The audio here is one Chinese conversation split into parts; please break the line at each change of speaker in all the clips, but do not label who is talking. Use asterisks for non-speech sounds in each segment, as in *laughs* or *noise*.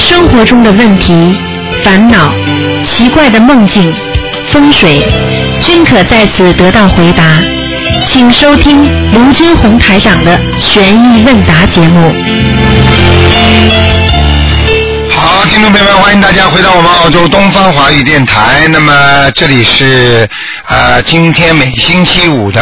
生活中的问题、烦恼、奇怪的梦境、风水，均可在此得到回答。请收听卢军红台长的《悬疑问答》节目。
好，听众朋友们，欢迎大家回到我们澳洲东方华语电台。那么这里是呃，今天每星期五的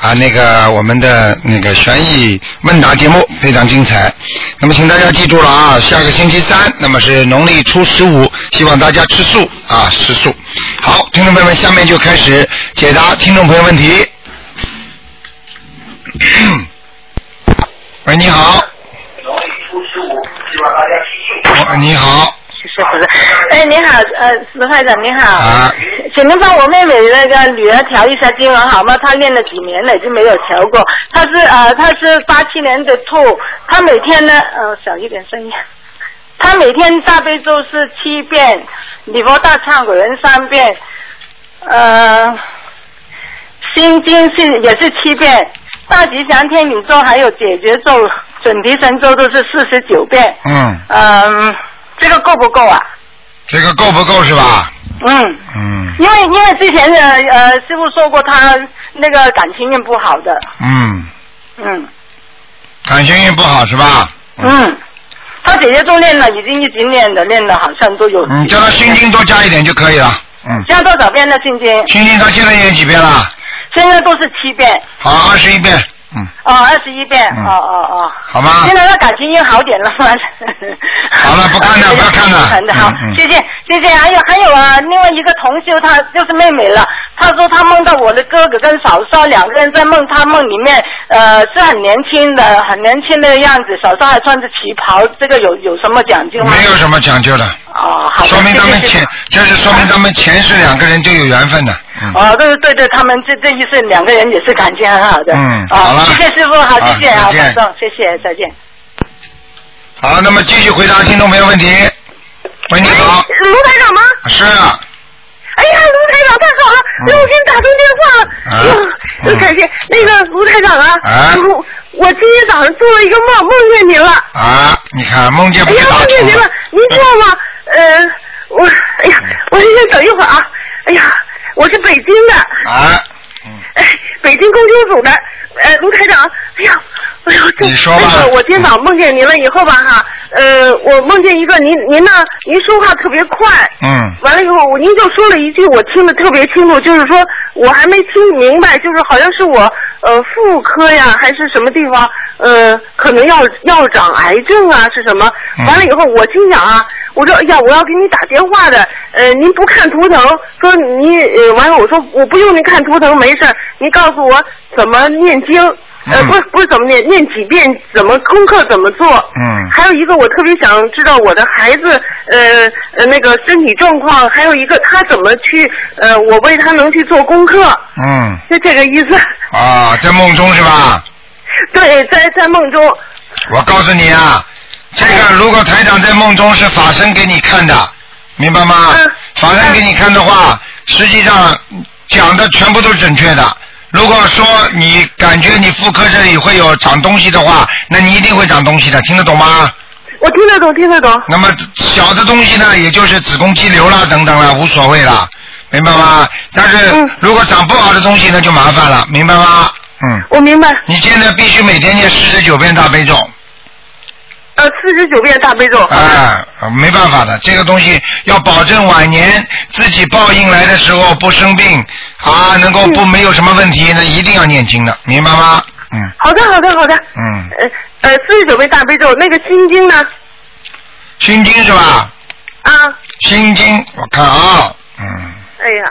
啊、那个我们的那个悬疑问答节目非常精彩。那么请大家记住了啊，下个星期三，那么是农历初十五，希望大家吃素啊，吃素。好，听众朋友们，下面就开始解答听众朋友问题。喂，你好，喂哦你好，
是是不是？哎，你好，呃，卢台长你好，
啊，
请您帮我妹妹那个女儿调一下经文好吗？她练了几年了，已经没有调过。她是呃，她是八七年的兔，她每天呢，呃，小一点声音。她每天大悲咒是七遍，礼佛大忏悔文三遍，呃，心经是也是七遍，大吉祥天女咒还有解决咒、准提神咒都是四十九遍。
嗯，
嗯，这个够不够啊？
这个够不够是吧？
嗯，
嗯
因为因为之前的呃师傅说过他那个感情运不好的，
嗯，
嗯
感情运不好是吧？
嗯，他姐姐都练了，已经一直练了，练了好像都有。
嗯，叫他心经多加一点就可以了。嗯，
加多少遍呢？心经
心经他现在念几遍了？
现在都是七遍，
好，二十一遍。嗯，
哦，二十一遍，
嗯
哦哦哦。
好吗
现在他感情运好点了吗？
好了不看了不要看
*laughs*
了
好的好
嗯嗯，
谢谢谢谢。
哎
还有还有啊，另外一个同修，她就是妹妹了。她说她梦到我的哥哥跟嫂嫂两个人在梦，她梦里面呃是很年轻的，很年轻的样子，嫂嫂还穿着旗袍，这个有有什么讲究吗？
没有什么讲究的，
哦，好的，
说明他们
谢谢谢谢
前，这是说明他们前世两个人就有缘分的。嗯，
哦，对对对，他们这这一世两个人也是感情很好的。
嗯
哦
好了
谢谢师傅，好，谢谢
啊
啊，
再见
保重，谢谢，再见。
好，那么继续回答听众朋友问题。喂，你好，
卢台长吗？
是啊，
哎呀，卢台长太好了，
嗯
让我给你打通电话了。
啊
哎呦
嗯
感谢那个卢台长啊，
啊
我我今天早上做了一个梦，梦见您了。
啊，你看梦见
哎
不
呀
是，啊打
梦见
通
您了
了，，
您知道吗？呃，我哎呀，
嗯
我先等一会儿啊。哎呀，我是北京的，
啊，嗯，
哎，北京工修组的，呃，卢台长，哎呀，哎呦，这
你说吧
那个我今早梦见您了以后吧哈，呃，我梦见一个您您呢，您说话特别快，
嗯，
完了以后，您就说了一句我听得特别清楚，就是说我还没听明白，就是好像是我呃妇科呀还是什么地方呃可能要要长癌症啊是什么
嗯？
完了以后我心想啊，我说哎呀我要给你打电话的，呃您不看图腾，说你呃完了我说我不用您看图腾没事儿，您告诉我怎么念经，呃
嗯
不是不是怎么念，念几遍怎么功课怎么做，
嗯
还有一个我特别想知道我的孩子呃呃那个身体状况，还有一个他怎么去呃我为他能去做功课，
嗯，
就这个意思。 *laughs*
啊，在梦中是吧？
对，在在梦中，
我告诉你啊，这个如果台长在梦中是法身给你看的，明白吗
嗯？
法身给你看的话，实际上讲的全部都是准确的。如果说你感觉你妇科这里会有长东西的话，那你一定会长东西的，听得懂吗？
我听得懂，听得懂。
那么小的东西呢，也就是子宫肌瘤啦等等啦，无所谓啦，明白吗？但是
嗯
如果长不好的东西，那就麻烦了，明白吗？嗯，
我明白，
你现在必须每天念四十九遍大悲咒。
呃，四十九遍大悲咒。
啊，没办法的，这个东西要保证晚年自己报应来的时候不生病啊，能够
嗯
不没有什么问题，那一定要念经的，明白吗？嗯
好的，好的，好的。
嗯，
呃呃，四十九遍大悲咒，那个心经呢？
心经是吧？
啊，
心经，我看啊，嗯
哎呀，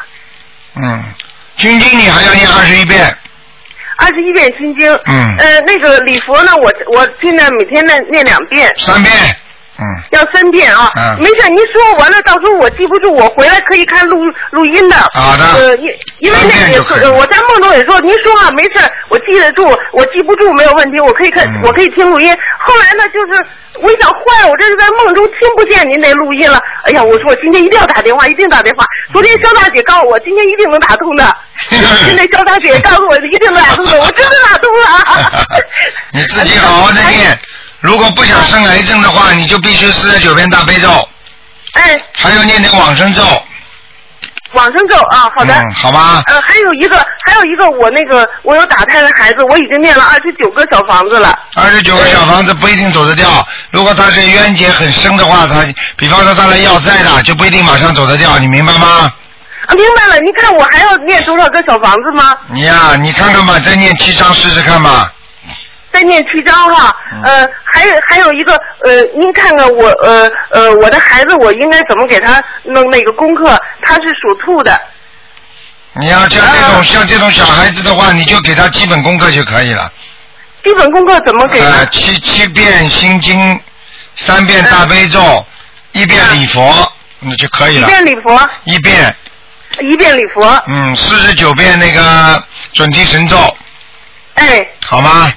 嗯，心经你还要念二十一遍，
二十一遍心经。
嗯
呃，那个礼佛呢，我我现在每天念念两遍。
三遍，嗯，
要三遍啊，
嗯
没事，您说完了，到时候我记不住，我回来可以看录录音的。
好的
呃，因因为
三
那
遍
个
就
也
可以
是，呃我在梦中也说，您说话没事，我记得住，我记不住没有问题，我可以看，
嗯
我可以听录音。后来呢，就是我一想，坏了，我这是在梦中听不见您那录音了。哎呀，我说我今天一定要打电话，一定打电
*laughs*
话。昨天肖大姐告诉我，今天一定能打通的。今天
*laughs*。
肖大姐告诉我一定能打通的，我真的打通了啊 *laughs*
你自己好好的念，如果不想生癌症的话，你就必须四十九遍大悲咒，
哎，
还有念点往生咒。
往生咒啊，好的。
嗯，好吧。
呃，还有一个，还有一个，我那个我有打胎的孩子，我已经念了二十九个小房子了。
二十九个小房子不一定走得掉，如果他是冤结很深的话，他比方说他来要债的，就不一定马上走得掉，你明白吗？
啊，明白了，你看我还要念多少个小房子吗？
你呀、你看看吧，再念七章试试看吧。
再念七章哈。
嗯
呃，还有还有一个呃，您看看我呃呃我的孩子，我应该怎么给他弄那个功课？他是属兔的。
你要像这
啊
种像这种小孩子的话，你就给他基本功课就可以了。
基本功课怎么给呢？
呃，七七遍心经，三遍大悲咒，一遍礼佛，那就可以
啊一
了。
遍礼佛，
一遍，
一遍礼佛。
嗯，四十九遍那个准提神咒，
哎，
好吗？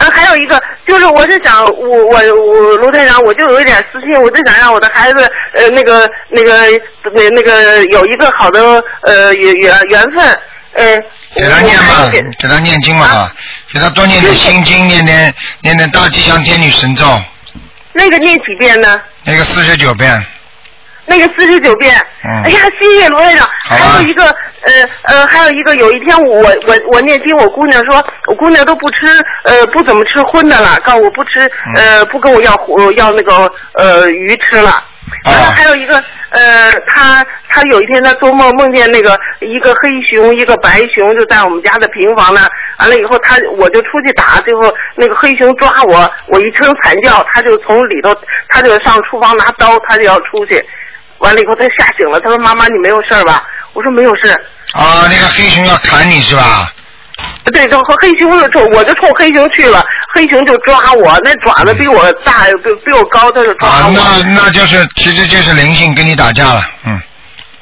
呃，还有一个就是，我是想，我我我卢队长，我就有一点私心，我就想让我的孩子，呃，那个那个那那个有一个好的呃缘缘缘分，呃，
给他念
我
嘛
还给，
啊给他念经嘛，啊、给他多念点心经，念点念点大吉祥天女神咒，
那个念几遍呢？
那个四十九遍。
那个四十九遍。
嗯
哎呀，谢谢罗院长。
好吧
还有一个，呃呃，还有一个，有一天我我我念经，我姑娘说，我姑娘都不吃，呃，不怎么吃荤的了，告诉我不吃，
嗯
呃，不跟我要胡要那个呃鱼吃了。
啊
然后还有一个，呃，她她有一天她做梦梦见那个一个黑熊，一个白熊就在我们家的平房那儿，完了以后她我就出去打，最后那个黑熊抓我，我一声惨叫，她就从里头，她就上厨房拿刀，她就要出去，完了以后她吓醒了，她说妈妈你没有事儿吧？我说没有事儿，
啊，那个黑熊要砍你是吧？啊
对，就和黑熊就冲，我就冲黑熊去了，黑熊就抓我，那爪子比我大，比比我高，它就抓
嗯啊，
我。
那那就是其实就是灵性跟你打架了，嗯，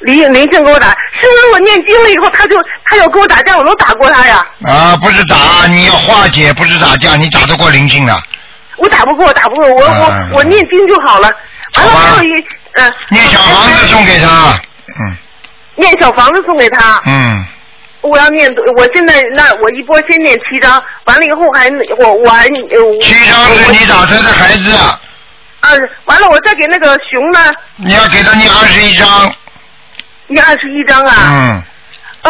林林静给我打，是不是我念经了以后，他就他要跟我打架，我能打过他呀？
啊，不是打，你要化解，不是打架，你打得过灵性的。
我打不过，打不过，我、
啊
我我念经就好了。完了
好吧
还有一嗯，
念小房子送给他，嗯
念小房子送给他，
嗯，
我要念多，我现在那我一波先念七张，完了以后还我我还呃我
七张是你打胎的孩子，
啊，完了我再给那个熊呢
你要给他念二十一张，
念二十一张啊。
嗯，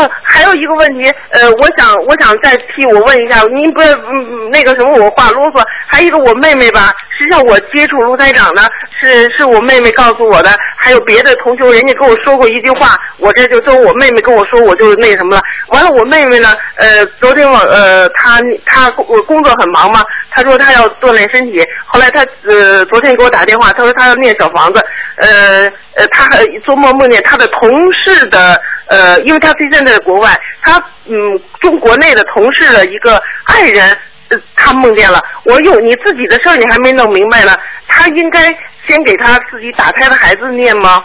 嗯，还有一个问题，呃，我想我想再替我问一下，您不是嗯那个什么，我话啰嗦。还有一个我妹妹吧，实际上我接触卢台长呢，是是我妹妹告诉我的，还有别的同学，人家跟我说过一句话，我这就都我妹妹跟我说，我就那什么了。完了，我妹妹呢，呃，昨天我呃，她她我工作很忙嘛，她说她要锻炼身体，后来她呃昨天给我打电话，她说她要念小房子，呃呃，她还做梦梦见她的同事的呃，因为她最近在国外，她嗯中国内的同事的一个爱人。呃她梦见了，我有你自己的事儿，你还没弄明白呢。她应该先给她自己打胎的孩子念吗？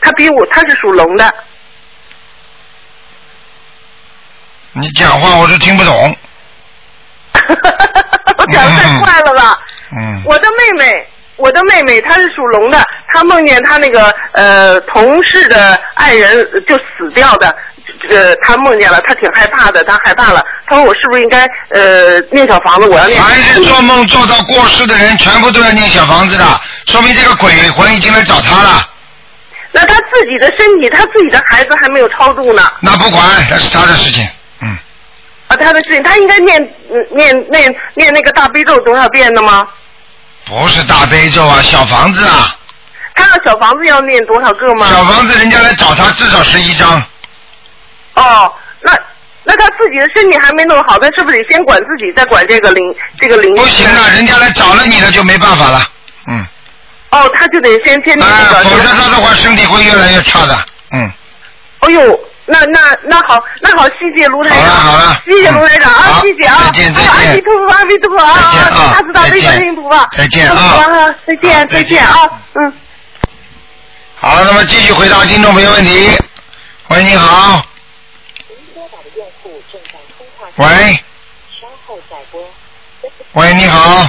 她比我，她是属龙的。
你讲话我都听不懂，
*laughs* 我讲的太快了吧？
嗯，
我的妹妹，我的妹妹，她是属龙的，她梦见她那个呃同事的爱人呃就死掉的，呃，她梦见了，她挺害怕的，她害怕了，她说我是不是应该呃念小房子，我要念。
嗯凡是做梦做到过世的人，全部都要念小房子的，说明这个鬼魂已经来找他了。
那她自己的身体，她自己的孩子还没有超度呢，
那不管，那是他的事情，嗯，
啊，她的事情，她应该念嗯念念念那个大悲咒多少遍的吗？
不是大悲咒啊，小房子啊，
她要小房子要念多少个吗？
小房子人家来找他至少十一张，
哦，那那他自己的身体还没弄好，他是不是得先管自己，再管这个灵这个灵？
不行啊，人家来找了你了就没办法了，嗯，
哦，他就得先先那
啊，
个。
否则他的话身体会越来越差的，嗯，
哎呦，那那那好，那好，谢谢卢台长。
好了好了
谢谢卢台长
嗯
啊
好，
谢谢啊。
再见再见
哎呀阿弥陀佛，阿弥陀佛啊
再见啊
啊！大慈大悲观世音菩萨。
再见啊
啊！再
好
见
再
再见
见
啊！嗯。
好，那么继续回答听众朋友问题。喂，你好。喂。喂，你好。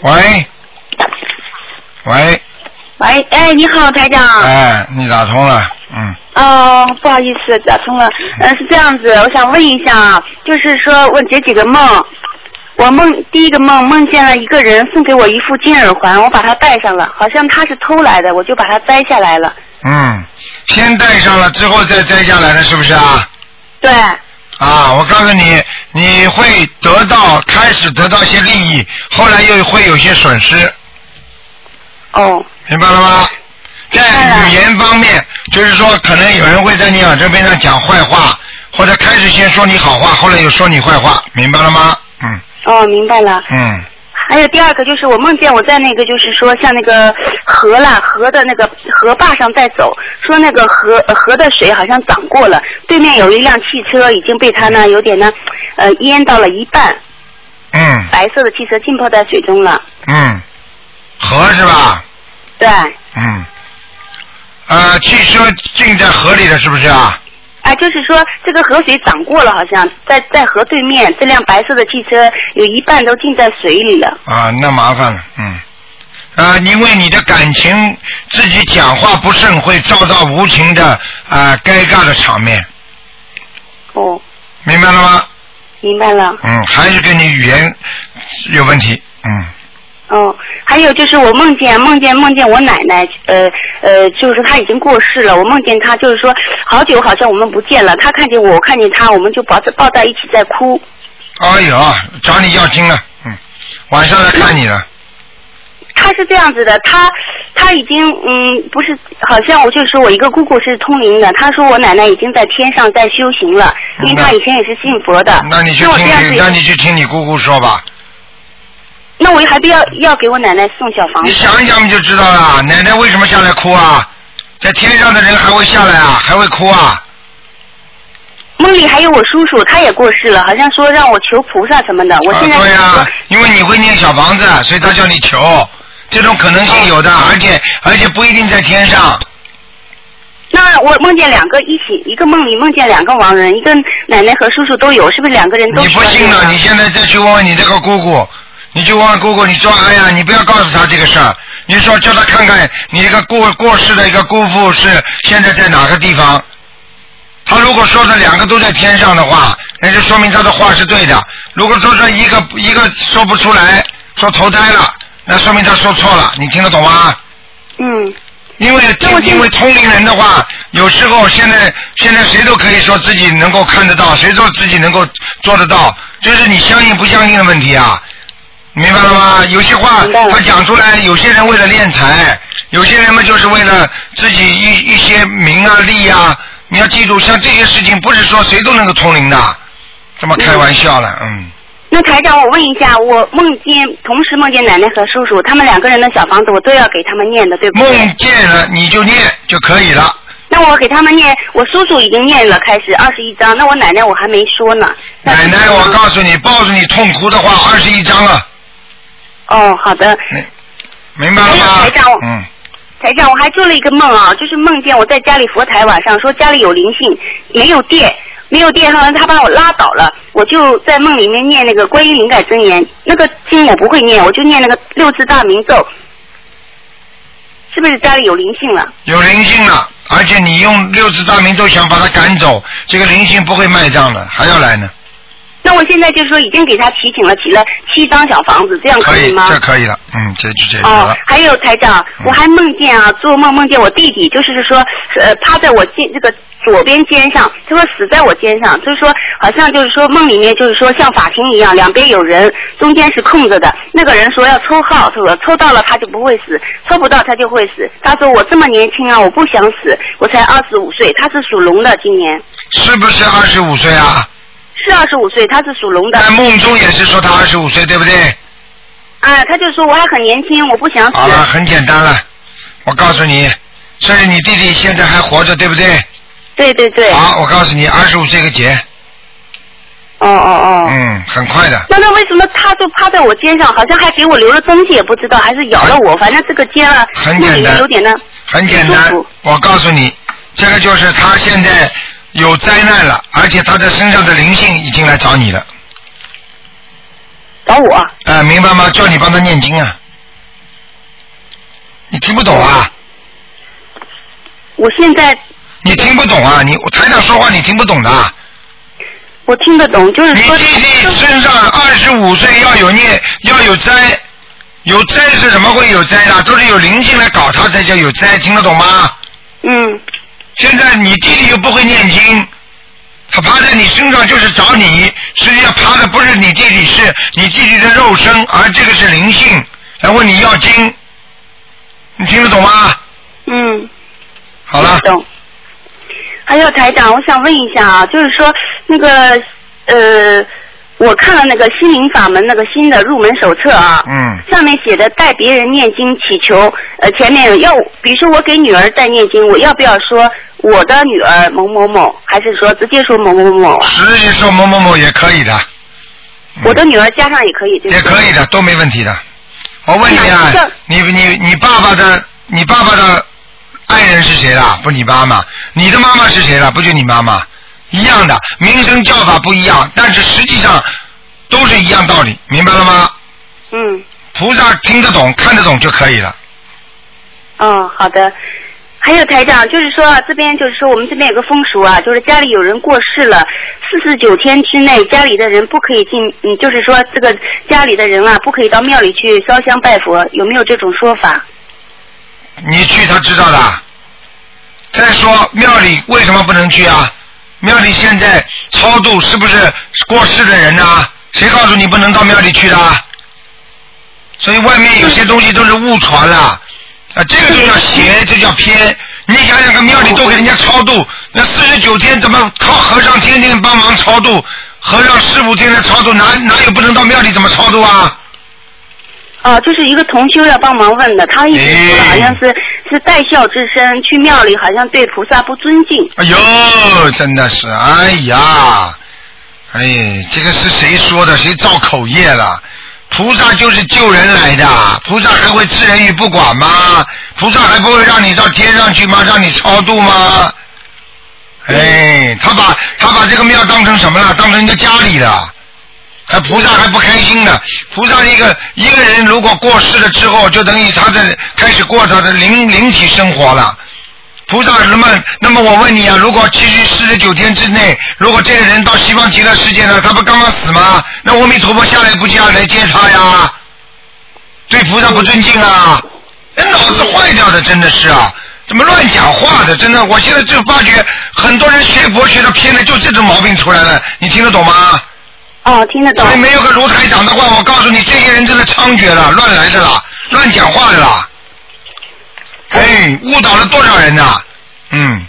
喂。喂，
喂，哎，你好，台长。
哎，你打通了，嗯，
哦，不好意嗯思，打通了。呃，是这样子，我想问一下啊，就是说，我解几个梦。我梦第一个梦梦见了一个人送给我一副金耳环，我把它戴上了，好像他是偷来的，我就把它摘下来了。
嗯，先戴上了之后再摘下来的，是不是啊？
对，
啊，我告诉你，你会得到开始得到一些利益，后来又会有些损失，
哦，
明白了吗？
明白
在
了
语言方面，就是说，可能有人会在你耳这边上讲坏话，或者开始先说你好话，后来又说你坏话，明白了吗？嗯
哦，明白了。
嗯，
还有第二个就是我梦见我在那个就是说像那个河啦河的那个河坝上在走，说那个河呃河的水好像涨过了，对面有一辆汽车已经被它呢有点呢呃淹到了一半，
嗯
白色的汽车浸泡在水中了。
嗯，河是吧？
对，
嗯，呃，汽车浸在河里了，是不是啊？
啊，就是说这个河水涨过了，好像在在河对面，这辆白色的汽车有一半都浸在水里了。
啊，那麻烦了，嗯，啊，因为你的感情自己讲话不慎，会遭到无情的啊尴尬的场面，
哦，
明白了吗？
明白了。
嗯，还是跟你语言有问题，嗯，
哦，还有就是我梦见梦见梦见我奶奶，呃呃，就是她已经过世了。我梦见她，就是说好久好像我们不见了，她看见我，我看见她，我们就抱在抱在一起在哭。
哎呦，找你要经了，嗯，晚上来看你了，
她是这样子的，她她已经嗯不是，好像我就说我一个姑姑是通灵的，她说我奶奶已经在天上在修行了，因为她以前也是信佛的。
嗯那你去
我
听
这样子
你，
也
那你去听你姑姑说吧，
那我还不要要给我奶奶送小房
你
子？
想一想不就知道了。奶奶为什么下来哭啊？在天上的人还会下来啊？还会哭啊？
梦里还有我叔叔，他也过世了，好像说让我求菩萨什么的。我现在
啊、
就
对
是
呀、
说
因为你会念小房子，啊所以他叫你求，这种可能
哦
性有的，而且而且不一定在天上。
那我梦见两个一起，一个梦里梦见两个亡人，一个奶奶和叔叔都有，是不是两个人都
你
是
不信
亡
了，
人
你现在再去问问你这个姑姑，你去问问姑姑，你说哎呀，你不要告诉他这个事儿，你说叫他看看你这个过过世的一个姑父是现在在哪个地方。他如果说的两个都在天上的话，那就说明他的话是对的。如果说这一个一个说不出来，说投胎了，那说明他说错了。你听得懂吗？
嗯，
因为
那我就
因为通灵人的话，有时候现在现在谁都可以说自己能够看得到，谁都自己能够做得到，就是你相信不相信的问题啊，明白了吗？有些话
嗯明白了
他讲出来，有些人为了敛财，有些人嘛就是为了自己一一些名啊利啊，你要记住，像这些事情不是说谁都能够通灵的，这么开玩笑了，嗯，
那台长，我问一下，我梦见同时梦见奶奶和叔叔，他们两个人的小房子，我都要给他们念的，对不对？
梦见了你就念就可以了。
那我给他们念，我叔叔已经念了，开始二十一章，那我奶奶我还没说呢。那
奶奶，我告诉你，抱着你痛哭的话，二十一章了。
哦，好的，
明明白了吗
还有台长？
嗯，
台长，我还做了一个梦啊，就是梦见我在家里佛台晚上说家里有灵性，没有电，没有电，后来他把我拉倒了，我就在梦里面念那个观音灵感真言，那个经我不会念，我就念那个六字大明咒，是不是家里有灵性了？
有灵性了，而且你用六字大明咒想把它赶走，这个灵性不会卖账的，还要来呢。
那我现在就是说已经给他提请了，起了七张小房子，这样
可以，
吗？
这可以了，嗯，这就解决
哦
了，。
还有台长，
嗯
我还梦见啊，做梦梦见我弟弟，就是说，呃，趴在我肩这个左边肩上，他说死在我肩上，就是说，好像就是说梦里面就是说像法庭一样，两边有人，中间是空着的，那个人说要抽号，他说抽到了他就不会死，抽不到他就会死。他说我这么年轻啊，我不想死，我才二十五岁，他是属龙的，今年
是不是二十五岁啊？
是二十五岁，他是属龙的。
在梦中也是说他二十五岁，对不对？
啊，他就说我还很年轻，我不想死。
好了，很简单了。我告诉你，甚至你弟弟现在还活着，对不对？
对对对。
好，我告诉你，二十五岁个节，
哦哦哦。
嗯，很快的。
那那为什么他就趴在我肩上，好像还给我留了东西，也不知道，还是咬了我？反正这个肩啊，
很
那
简
里面
单，
有点呢。
很简单
不舒服，
我告诉你，这个就是他现在有灾难了，而且他的身上的灵性已经来找你了，
找我
啊、明白吗？叫你帮他念经啊，你听不懂啊？
我现在
你听不懂啊？你我台长说话你听不懂的啊？
我听得懂，就是
你
说
弟弟身上二十五岁要有孽，要有灾，有灾是什么会有灾的？都是有灵性来搞他才叫有灾，听得懂吗？
嗯
现在你弟弟又不会念经，他趴在你身上就是找你，实际上趴的不是你弟弟，是你弟弟的肉身，而这个是灵性来问你要经，你听得懂吗？
嗯。
好了，
懂。还有台长，我想问一下啊，就是说那个呃，我看了那个心灵法门那个新的入门手册啊，
嗯
上面写的带别人念经祈求，呃，前面有要，比如说我给女儿带念经，我要不要说我的女儿某某某，还是说直接说某某某啊？
实际说某某某也可以的，嗯
我的女儿加上也可以，对不对
也可以的，都没问题的。我问你
哎呀
啊
这，
你你你爸爸的，你爸爸的爱人是谁啦？不，你妈妈。你的妈妈是谁啦？不就你妈妈？一样的，名声叫法不一样，但是实际上都是一样道理，明白了吗？
嗯，
菩萨听得懂、看得懂就可以了。
哦，好的。还有台长，就是说啊，这边就是说我们这边有个风俗啊，就是家里有人过世了，四十九天之内家里的人不可以进，嗯，就是说这个家里的人啊，不可以到庙里去烧香拜佛，有没有这种说法？
你去他知道的啊。再说庙里为什么不能去啊？庙里现在超度是不是过世的人呐、啊谁告诉你不能到庙里去的啊？所以外面有些东西都是误传了，啊，这个就叫邪，这叫偏。你想想看，庙里都给人家超度，那四十九天怎么靠和尚天天帮忙超度？和尚师傅天天超度，哪哪有不能到庙里怎么超度啊？
哦、就是一个同修要帮忙问的，他一直说了，
哎
好像是是带孝之身，去庙里好像对菩萨不尊敬。
哎呦，真的是，哎呀，哎，这个是谁说的？谁造口业了？菩萨就是救人来的，菩萨还会置人于不管吗？菩萨还不会让你到天上去吗？让你超度吗？哎，他把他把这个庙当成什么了？当成一个家里了。还菩萨还不开心呢。菩萨一个一个人如果过世了之后，就等于他在开始过他的灵灵体生活了。菩萨那么那么我问你啊，如果其实四十九天之内，如果这个人到西方极乐世界了，他不刚刚死吗？那阿弥陀佛下来不下来接他呀？对菩萨不尊敬啊！那脑子坏掉的真的是啊，怎么乱讲话的？真的，我现在就发觉很多人学佛学的偏了，就这种毛病出来了，你听得懂吗？
哦，听得懂
所。以没有个卢台长的话，我告诉你，这些人真的猖獗了，乱来的啦，乱讲话的啦，哎，误导了多少人呐、嗯。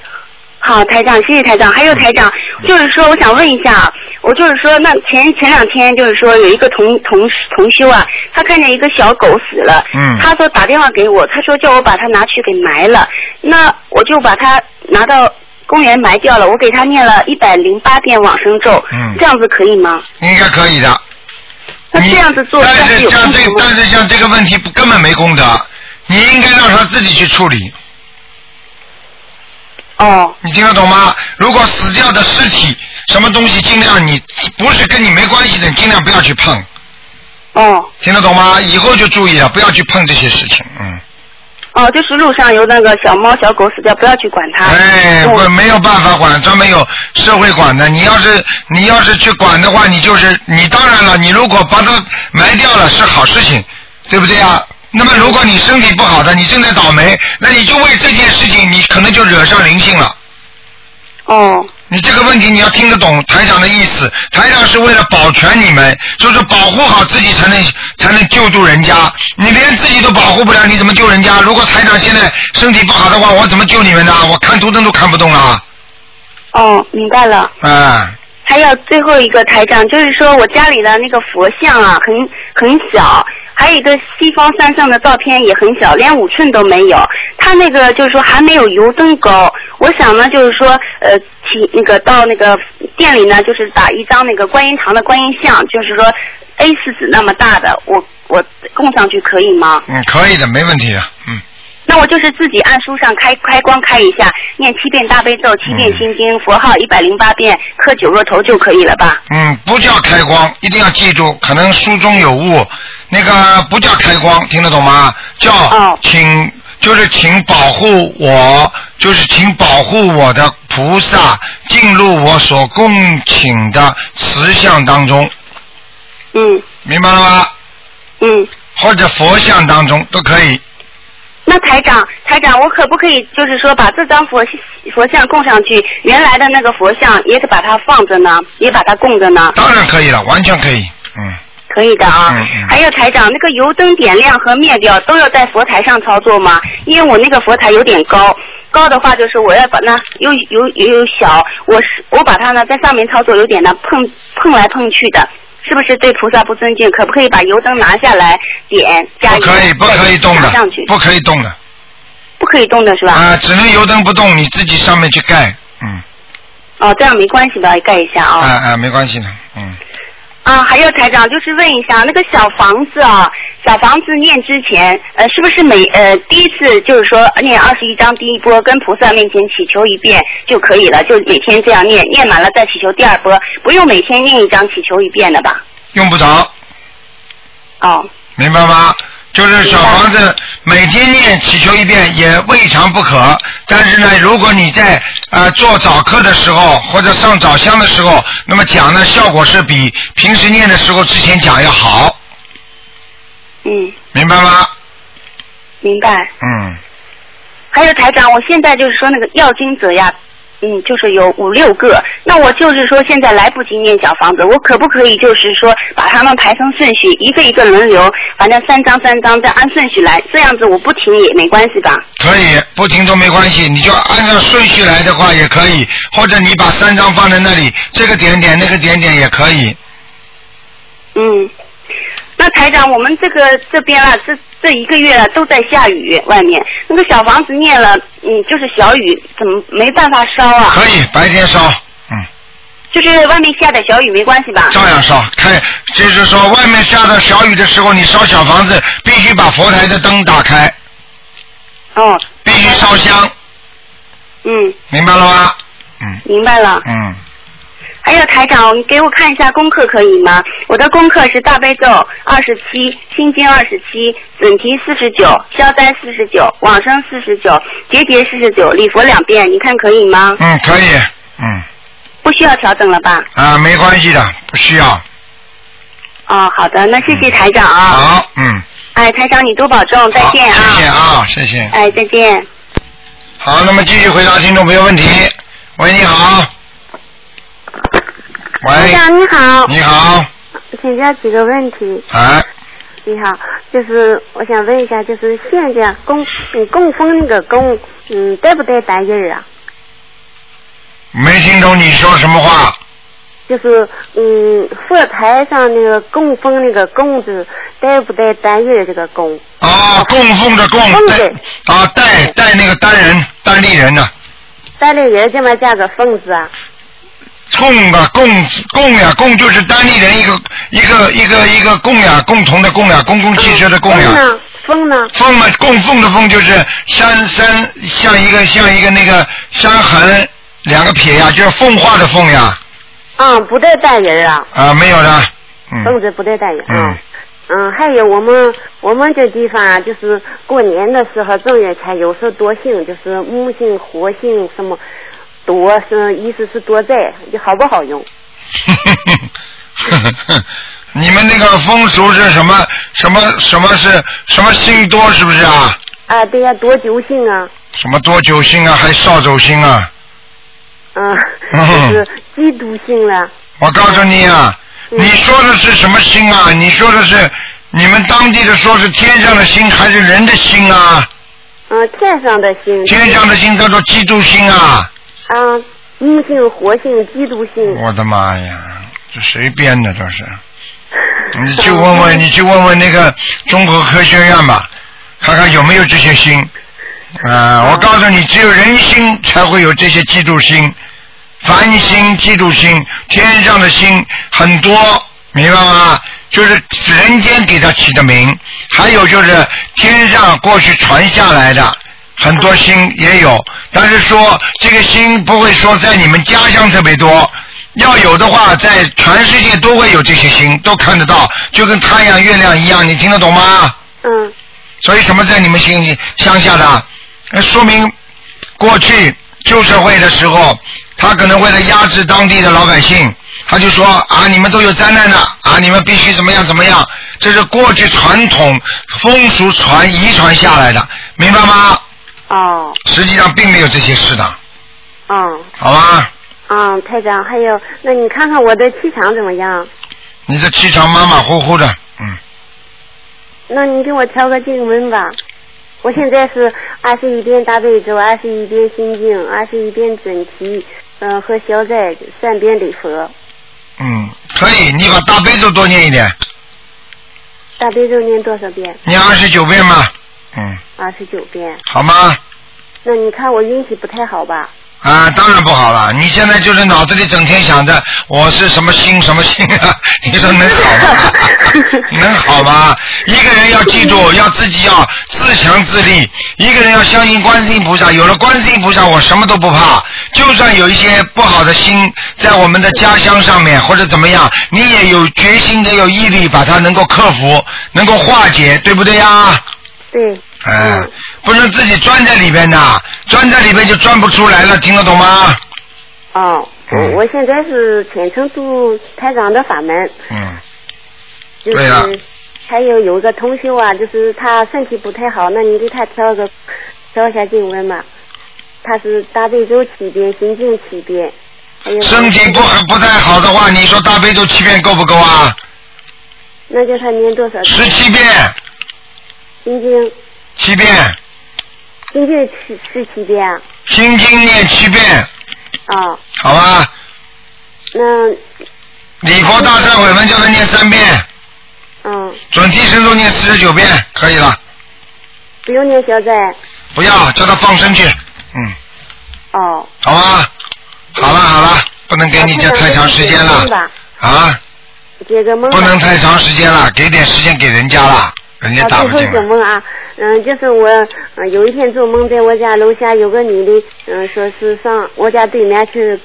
好，台长，谢谢台长。还有台长，就是说，我想问一下，我就是说，那前前两天就是说，有一个同同同修啊，他看见一个小狗死了，
嗯
他说打电话给我，他说叫我把它拿去给埋了，那我就把它拿到公园埋掉了，我给他念了一百零八遍往生咒，
嗯
这样子可以吗？
应该可以的。
那
你
这样子做，
但
是
是
有
像这
功德，吗？
但是像这个问题不根本没功德，你应该让他自己去处理。
哦，
你听得懂吗？如果死掉的尸体什么东西，尽量你不是跟你没关系的，尽量不要去碰。
哦，
听得懂吗？以后就注意了，不要去碰这些事情。嗯，
哦，就是路上有那个小猫小狗死掉，不要去管它。
哎，
我
我没有办法管，专门有社会管的。你要是你要是去管的话，你就是你当然了，你如果把它埋掉了是好事情，对不对啊？那么如果你身体不好的，你正在倒霉，那你就为这件事情，你可能就惹上灵性了。
哦，
你这个问题你要听得懂台长的意思，台长是为了保全你们，就是保护好自己才能才能救助人家。你连自己都保护不了，你怎么救人家？如果台长现在身体不好的话，我怎么救你们呢？我看图腾都看不懂了。
哦，明白了。
啊，
还有最后一个台长，就是说我家里的那个佛像啊，很很小，还有一个西方三圣的照片也很小，连五寸都没有。他那个就是说呃还没有油灯高。我想呢，就是说呃，请那个到那个店里呢，就是打一张那个观音堂的观音像，就是说 A 4纸那么大的，我我供上去可以吗？
嗯，可以的，没问题的，嗯，
那我就是自己按书上开开光开一下，念七遍大悲咒，七遍心经，佛号一百零八遍，磕九若头就可以了吧？
嗯，不叫开光，一定要记住，可能书中有误，那个不叫开光，听得懂吗？叫
哦
请，就是请保护我，就是请保护我的菩萨进入我所供请的慈像当中，
嗯
明白了吗？
嗯。
或者佛像当中都可以。
那台长，台长，我可不可以就是说把这张佛佛像供上去，原来的那个佛像也得把它放着呢，也把它供着呢？
当然可以了，完全可以。嗯，
可以的啊。
嗯嗯
还有台长，那个油灯点亮和灭掉都要在佛台上操作吗？因为我那个佛台有点高，高的话就是我要把那又又又又小，我是我把它呢在上面操作有点呢碰碰来碰去的，是不是对菩萨不尊敬？可不可以把油灯拿下来点加
不
油？
可以，不可以动
拿
的
上去，
不可以动的
不可以动的是吧？
啊，只能油灯不动，你自己上面去盖。嗯，
哦，这样没关系的，盖一下啊。
啊啊，没关系的。嗯，
啊，还有台长，就是问一下，那个小房子啊，小房子念之前，呃，是不是每呃第一次就是说念二十一章第一波，跟菩萨面前祈求一遍就可以了，就每天这样念，念满了再祈求第二波，不用每天念一章祈求一遍的吧？
用不着。
哦，
明白吗？就是小房子每天念祈求一遍也未尝不可，但是呢，如果你在呃做早课的时候或者上早香的时候，那么讲呢效果是比平时念的时候之前讲要好，
嗯，
明白吗？
明白。
嗯，
还有台长，我现在就是说那个药经者呀，嗯，就是有五六个。那我就是说现在来不及念小房子，我可不可以就是说把它们排成顺序，一个一个轮流，反正三张三张再按顺序来，这样子我不停也没关系吧？
可以不停都没关系，你就按照顺序来的话也可以，或者你把三张放在那里，这个点点那个点点也可以。
嗯。那台长，我们这个这边啊，这这一个月啊都在下雨，外面那个小房子念了，嗯，就是小雨，怎么没办法烧啊？
可以白天烧，嗯。
就是外面下的小雨没关系吧？
照样烧。开，就是说外面下着小雨的时候，你烧小房子必须把佛台的灯打开，
哦，
必须烧香，
嗯，
明白了吗？嗯
明白了。
嗯，
还有台长，你给我看一下功课可以吗？我的功课是大悲咒二十七，心经二十七，准提四十九，消灾四十九，往生四十九，结节四十九，礼佛两遍，你看可以吗？
嗯，可以，嗯
不需要调整了吧？
啊，没关系的，不需要。
哦，好的，那谢谢台长啊。
嗯好，嗯，
哎，台长你多保重，再见啊。
好谢谢啊，谢谢。
哎，再见。
好，那么继续回答听众朋友问题。喂，你好。
台
喂，
长你好，
你好，
请教几个问题。
哎，
你好，就是我想问一下，就是现在供嗯供奉那个供，嗯，对不对白印儿啊？
没听懂你说什么话？
就是嗯，佛台上那个供奉那个供字，对不对白印儿这个供？
哦，供奉的供，
奉
带
的
啊，带带那个单人单立人呢、
单立人这边加个奉字啊？
供啊供供呀供就是单立人一个一个一个一个供呀共同的供呀公共汽车的供
奉
呀
呢？奉呢？
奉嘛供奉的奉就是山山像一个像一个那个山痕两个撇呀就是奉化的奉呀
啊，不对白印儿啊，
啊没有了嗯
奉字不对白印儿
嗯
啊。嗯，还有我们我们这地方啊，就是过年的时候正月才有时候多姓，就是木姓、火姓什么多是意思是多在，就好不好用？
嗯 *laughs* 你们那个风俗是什么什么什么是什么星多是不是啊
啊，对呀、多九姓啊，
什么多九星啊还少走星啊
嗯，
嗯
就是基督姓了，
我告诉你啊，
嗯
你说的是什么星啊？你说的是你们当地的说是天上的星还是人的星啊？
嗯，天上的姓，
天上的星叫做基督星啊！
啊，木姓、火姓、基督姓。
我的妈呀，这谁编的都
*laughs*
是？你去问问，你去问问那个中国科学院吧，看看有没有这些星。啊、我告诉你，只有人星才会有这些基督星，凡星、基督星，天上的星很多，明白吗？就是人间给它起的名，还有就是天上过去传下来的很多星也有，但是说这个星不会说在你们家乡特别多，要有的话，在全世界都会有这些星，都看得到，就跟太阳、月亮一样，你听得懂吗？
嗯
所以什么在你们心里乡下的，呃说明过去旧社会的时候，他可能为了压制当地的老百姓，他就说啊，你们都有灾难的啊，你们必须怎么样怎么样，这是过去传统风俗传遗传下来的，明白吗？
哦，
实际上并没有这些事的，
嗯
好吧？
嗯，台长，还有，那你看看我的气场怎么样？
你这气场马马虎虎的，嗯，
那你给我调个静温吧。我现在是二十一遍大悲咒，二十一遍心经，二十一遍准提，嗯、和消灾三遍礼佛。
嗯，可以，你把大悲咒多念一点，
大悲咒念多少遍？
念二十九遍嘛，嗯，
二十九遍。
好吗？
那你看我运气不太好吧？
啊，当然不好了。你现在就是脑子里整天想着我是什么星什么星啊， *laughs* 你说能好吗？能好吗？一个人要记住，要自己要自强自立。一个人要相信观世音菩萨，有了观世音菩萨，我什么都不怕。就算有一些不好的心在我们的家乡上面或者怎么样，你也有决心，得有毅力，把它能够克服，能够化解，对不对呀、
对，
嗯
嗯，
不能自己钻在里边的，钻在里边就钻不出来了，听得懂吗？
哦，
嗯
我我现在是虔诚度台长的法门，
嗯，
就
对了
是还有有一个同修啊，就是他身体不太好，那你给他挑个挑一下经文嘛。他是大悲咒七遍，心经七遍，还有
身体不不太好的话，你说大悲咒七遍够不够啊？
那叫他念多少遍？
十七遍，
心经
七遍，
心经七十七遍啊。
心经念七遍，
哦，
好吧？
那
礼佛大忏悔文叫他念三遍，
嗯，
准提神咒念四十九遍，可以了，
不用念消灾。
不要叫他放生去，嗯，
哦，
好吧？好了好了，啊不能给你这太长时间
那台长给我解个梦
了
吧
啊，
解个梦啊吧。
不能太长时间了，给点时间给人家了，人家
啊，
打
最
不
后
进
一个
来。
梦啊，嗯，就是我，嗯，有一天做梦，在我家楼下有个女的，嗯，说是上我家对面去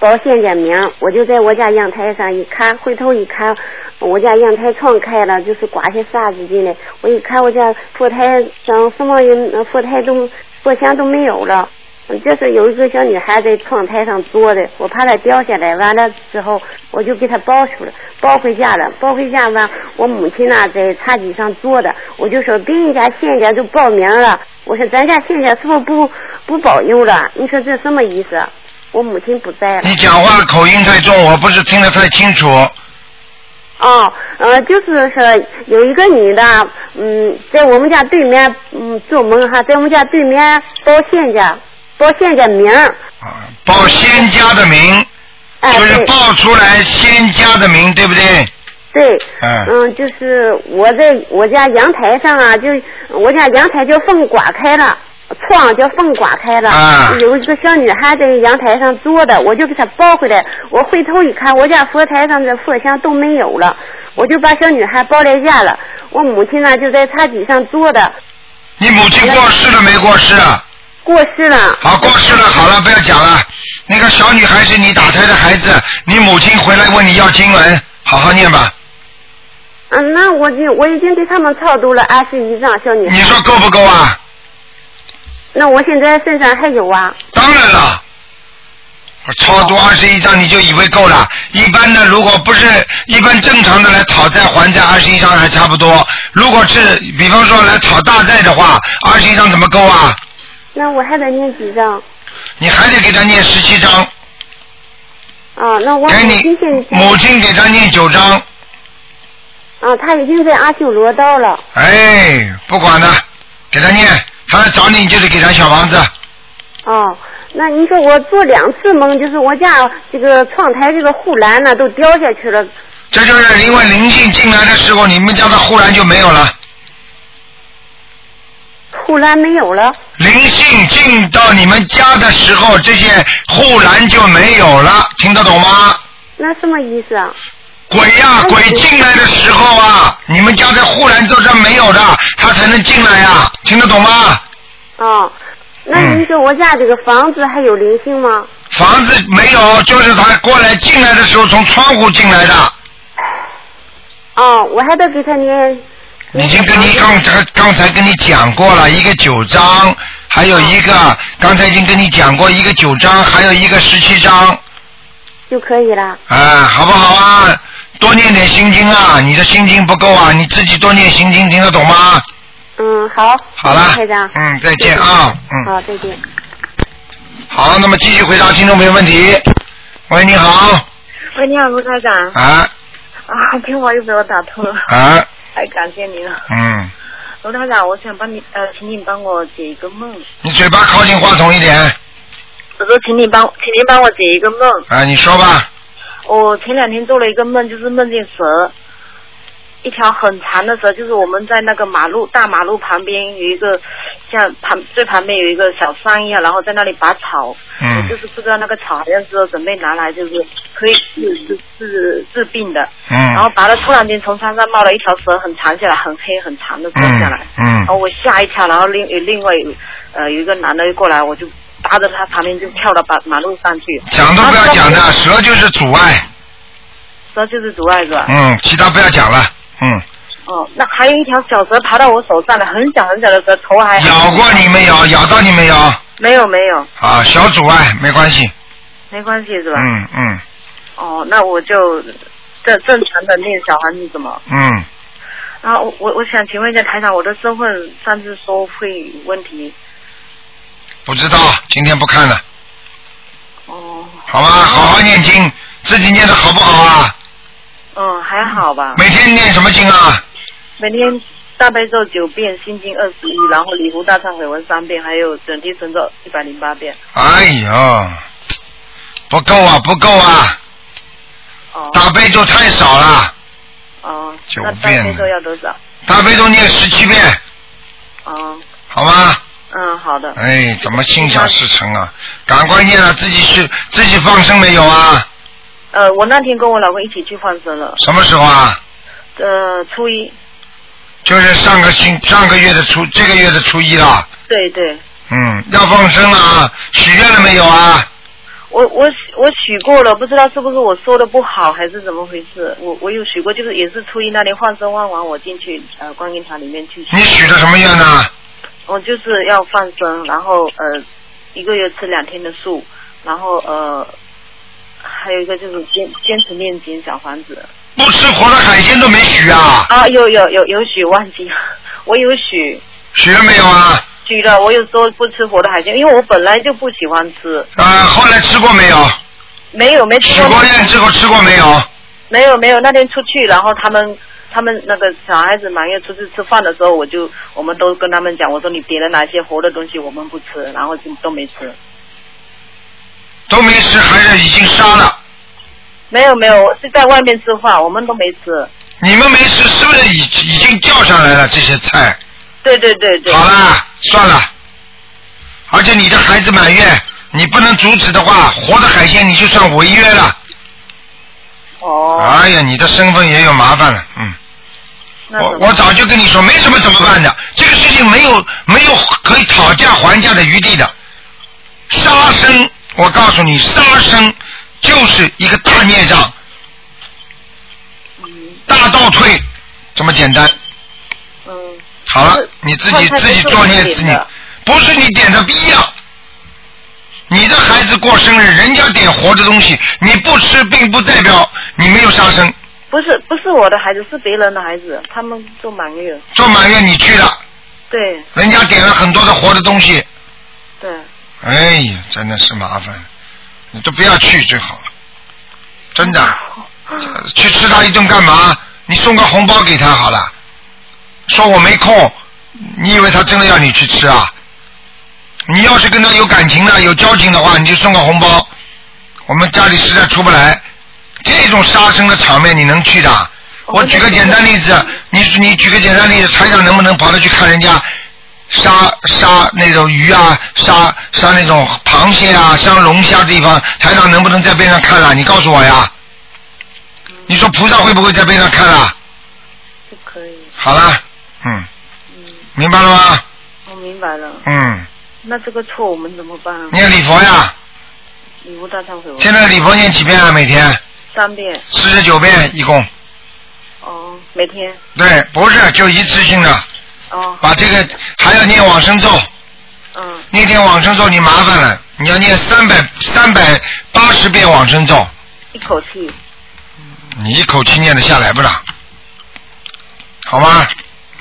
报现点名，我就在我家阳台上一看，回头一看，我家阳台窗开了，就是刮些沙子进来，我一看我家佛台上什么人，呃佛台都佛像都没有了。嗯就是有一个小女孩在窗台上坐的，我怕她掉下来，完了之后我就给她抱出来，抱回家了，抱回家完，我母亲呢在茶几上坐的，我就说别人家县家都报名了，我说咱家县家是不是不不保佑了？你说这什么意思？我母亲不在了。
你讲话口音太重，我不是听得太清楚。
哦，呃，就是说有一个女的，嗯，在我们家对面，嗯，做梦哈，在我们家对面报县家，报县家名儿，
啊，报仙家的名，
哎，
就是
对
报出来仙家的名，对不对？
对，
嗯
嗯，就是我在我家阳台上啊，就我家阳台就缝刮开了。窗叫缝刮开了，
啊
有一个小女孩在阳台上坐的，我就给她抱回来。我回头一看，我家佛台上的佛像都没有了，我就把小女孩抱来家了。我母亲呢就在茶几上坐的，
你母亲过世了没过世？啊
过世了。
好，过世了，好了，不要讲了。那个小女孩是你打胎的孩子，你母亲回来问你要经文，好好念吧。
嗯，那我就我已经给他们超度了二十一张小女孩。
你说够不够啊？
那我现在身上还有啊？
当然了，我超度二十一张你就以为够了。一般的，如果不是一般正常的来讨债还债，二十一张还差不多。如果是比方说来讨大债的话，二十一张怎么够啊？
那我还得念几张？
你还得给他念十七章，
啊，那我
给
母
哎你
亲现在
母亲给他念九章，
啊，她已经在阿修罗道了。
哎，不管了，给他念，他来找你你就得给他小房子，
哦，那你说我做两次梦，就是我家这个窗台这个护栏呢都掉下去了。
这就是因为灵性进来的时候，你们家的护栏就没有了，
护栏没有了，
灵性进到你们家的时候，这些护栏就没有了，听得懂吗？
那什么意思啊？
鬼呀、
哎
鬼进来的时候啊，你们家的护栏都是没有的，他才能进来呀、听得懂吗？
哦，那你说我家这个房子还有灵性吗？
房子没有，就是他过来进来的时候从窗户进来的。
哦，我还得给他念。
已经跟你刚才刚才跟你讲过了，一个九章，还有一个刚才已经跟你讲过一个九章，还有一个十七章，
就可以了。
啊，好不好啊？多念点心经啊，你的心经不够啊，你自己多念心经，听得懂吗？
嗯，好。
好啦
谢谢台长。
嗯再见啊嗯
好，再见。
好，那么继续回答听众朋友问题。喂，你好，
喂，哎你好，卢台长。
啊
啊， *laughs* 电话又被我打通了，
啊，
太感谢您了，
嗯，
卢台长，我想帮你呃，请你帮我解一个梦。
你嘴巴靠近话筒一点
我说，请你帮，请您帮我解一个梦。
啊，你说吧，
我前两天做了一个梦，就是梦见蛇，一条很长的蛇，就是我们在那个马路大马路旁边有一个像旁最旁边有一个小山一样，然后在那里拔草，
嗯
就是不知道那个草好像是准备拿来就是可以治治治治病的，
嗯
然后拔了，突然间从山上冒了一条蛇，很长下来，很黑很长的蛇下
嗯
来，
嗯
然后我吓一跳，然后另有另外有呃有一个男的就过来，我就搭着他旁边就跳到马马路上去，
讲都不要讲的，蛇就是阻碍，
蛇就是阻碍个。
嗯，其他不要讲了，嗯，
哦，那还有一条小蛇爬到我手上了，很小很小的蛇，头还
咬过你没有？咬到你没有？
没有没有，
啊，小阻碍没关系，
没关系是吧？
嗯嗯
哦，那我就正正常的念小房子怎么？
嗯，
然后我我我想请问一下台长，我的身份上次说会有问题
不知道，今天不看了，
哦，
好吧，好好念经，自己念的好不好啊？
嗯，还好吧。
每天念什么经啊？
每天大悲咒九遍，心经二十一，然后礼佛大忏悔文三遍，还有准提神咒一百零八遍。
哎呦，不够啊，不够啊，
哦
大悲咒太少了，
哦，
九
那大
遍
悲咒要多少？
大悲咒念十七遍，
哦，
好吗？
嗯，好的。
哎，怎么心想事成啊？赶快念了，自己去自己放生没有啊？
呃，我那天跟我老公一起去放生了，
什么时候啊？
呃，初一，
就是上个星上个月的初这个月的初一了，
对对，
嗯，要放生了啊？许愿了没有啊？
我我许我许过了，不知道是不是我说的不好还是怎么回事，我我有许过，就是也是初一那天放生放完，我进去呃观音堂里面去许，
你许的什么愿啊呢？
我就是要放生，然后呃一个月吃两天的素，然后呃还有一个就是坚坚持念经小房子
不吃活的海鲜都没许啊？
啊，有有有有许忘记了， *laughs* 我有许
许了没有啊？
许了，我有说不吃活的海鲜，因为我本来就不喜欢吃，
啊，后来吃过没有？
没有没吃
许
过
过愿之后吃过没有？
没有没有，那天出去，然后他们他们那个小孩子满月出去吃饭的时候，我就我们都跟他们讲，我说你点了哪些活的东西我们不吃，然后就都没吃。
都没吃，还是已经杀了？
没有没有，我是在外面吃饭，我们都没吃。
你们没吃，是不是已已经叫上来了这些菜？
对对对对，
好啦，算了。而且你的孩子满月，你不能阻止的话，活的海鲜你就算违约了。
哦，
哎呀，你的身份也有麻烦了，嗯。
那
我
怎么
我早就跟你说，没什么怎么办的，这个事情没有没有可以讨价还价的余地的。杀生，我告诉你，杀生就是一个大孽障，大倒退，这么简单。
嗯，
好了
是，
你自己
快
自己
快
作
快
孽
点
自己
的，
不是你点的不一样。你的孩子过生日，人家点活的东西，你不吃，并不代表你没有杀生。
不是不是我的孩子，是别人的孩子，他们做满月。
做满月你去了，
对
人家点了很多的活的东西，
对，
哎呀，真的是麻烦，你都不要去最好了，真的，呃去吃他一顿干嘛？你送个红包给他好了，说我没空，你以为他真的要你去吃啊？你要是跟他有感情的、有交情的话，你就送个红包。我们家里实在出不来，这种杀生的场面你能去的？我举个简单例子，啊你你举个简单例子，台长能不能跑着去看人家杀杀那种鱼啊，杀杀那种螃蟹啊，杀龙虾地方，台长能不能在边上看了、你告诉我呀？你说菩萨会不会在边上看了、啊
不可以，
好了，嗯，明白了吗？
我明白了。
嗯，
那这个错我们怎么办啊？
念礼佛呀，
礼物大忏悔文
现在礼佛念几遍啊？每天
三遍
四十九遍一共。
哦，每天
对，不是就一次性的，
哦
把这个还要念往生咒，
嗯，
念点往生咒你麻烦了，你要念三百三百八十遍往生咒，
一口气。
你一口气念得下来不啦？好吗？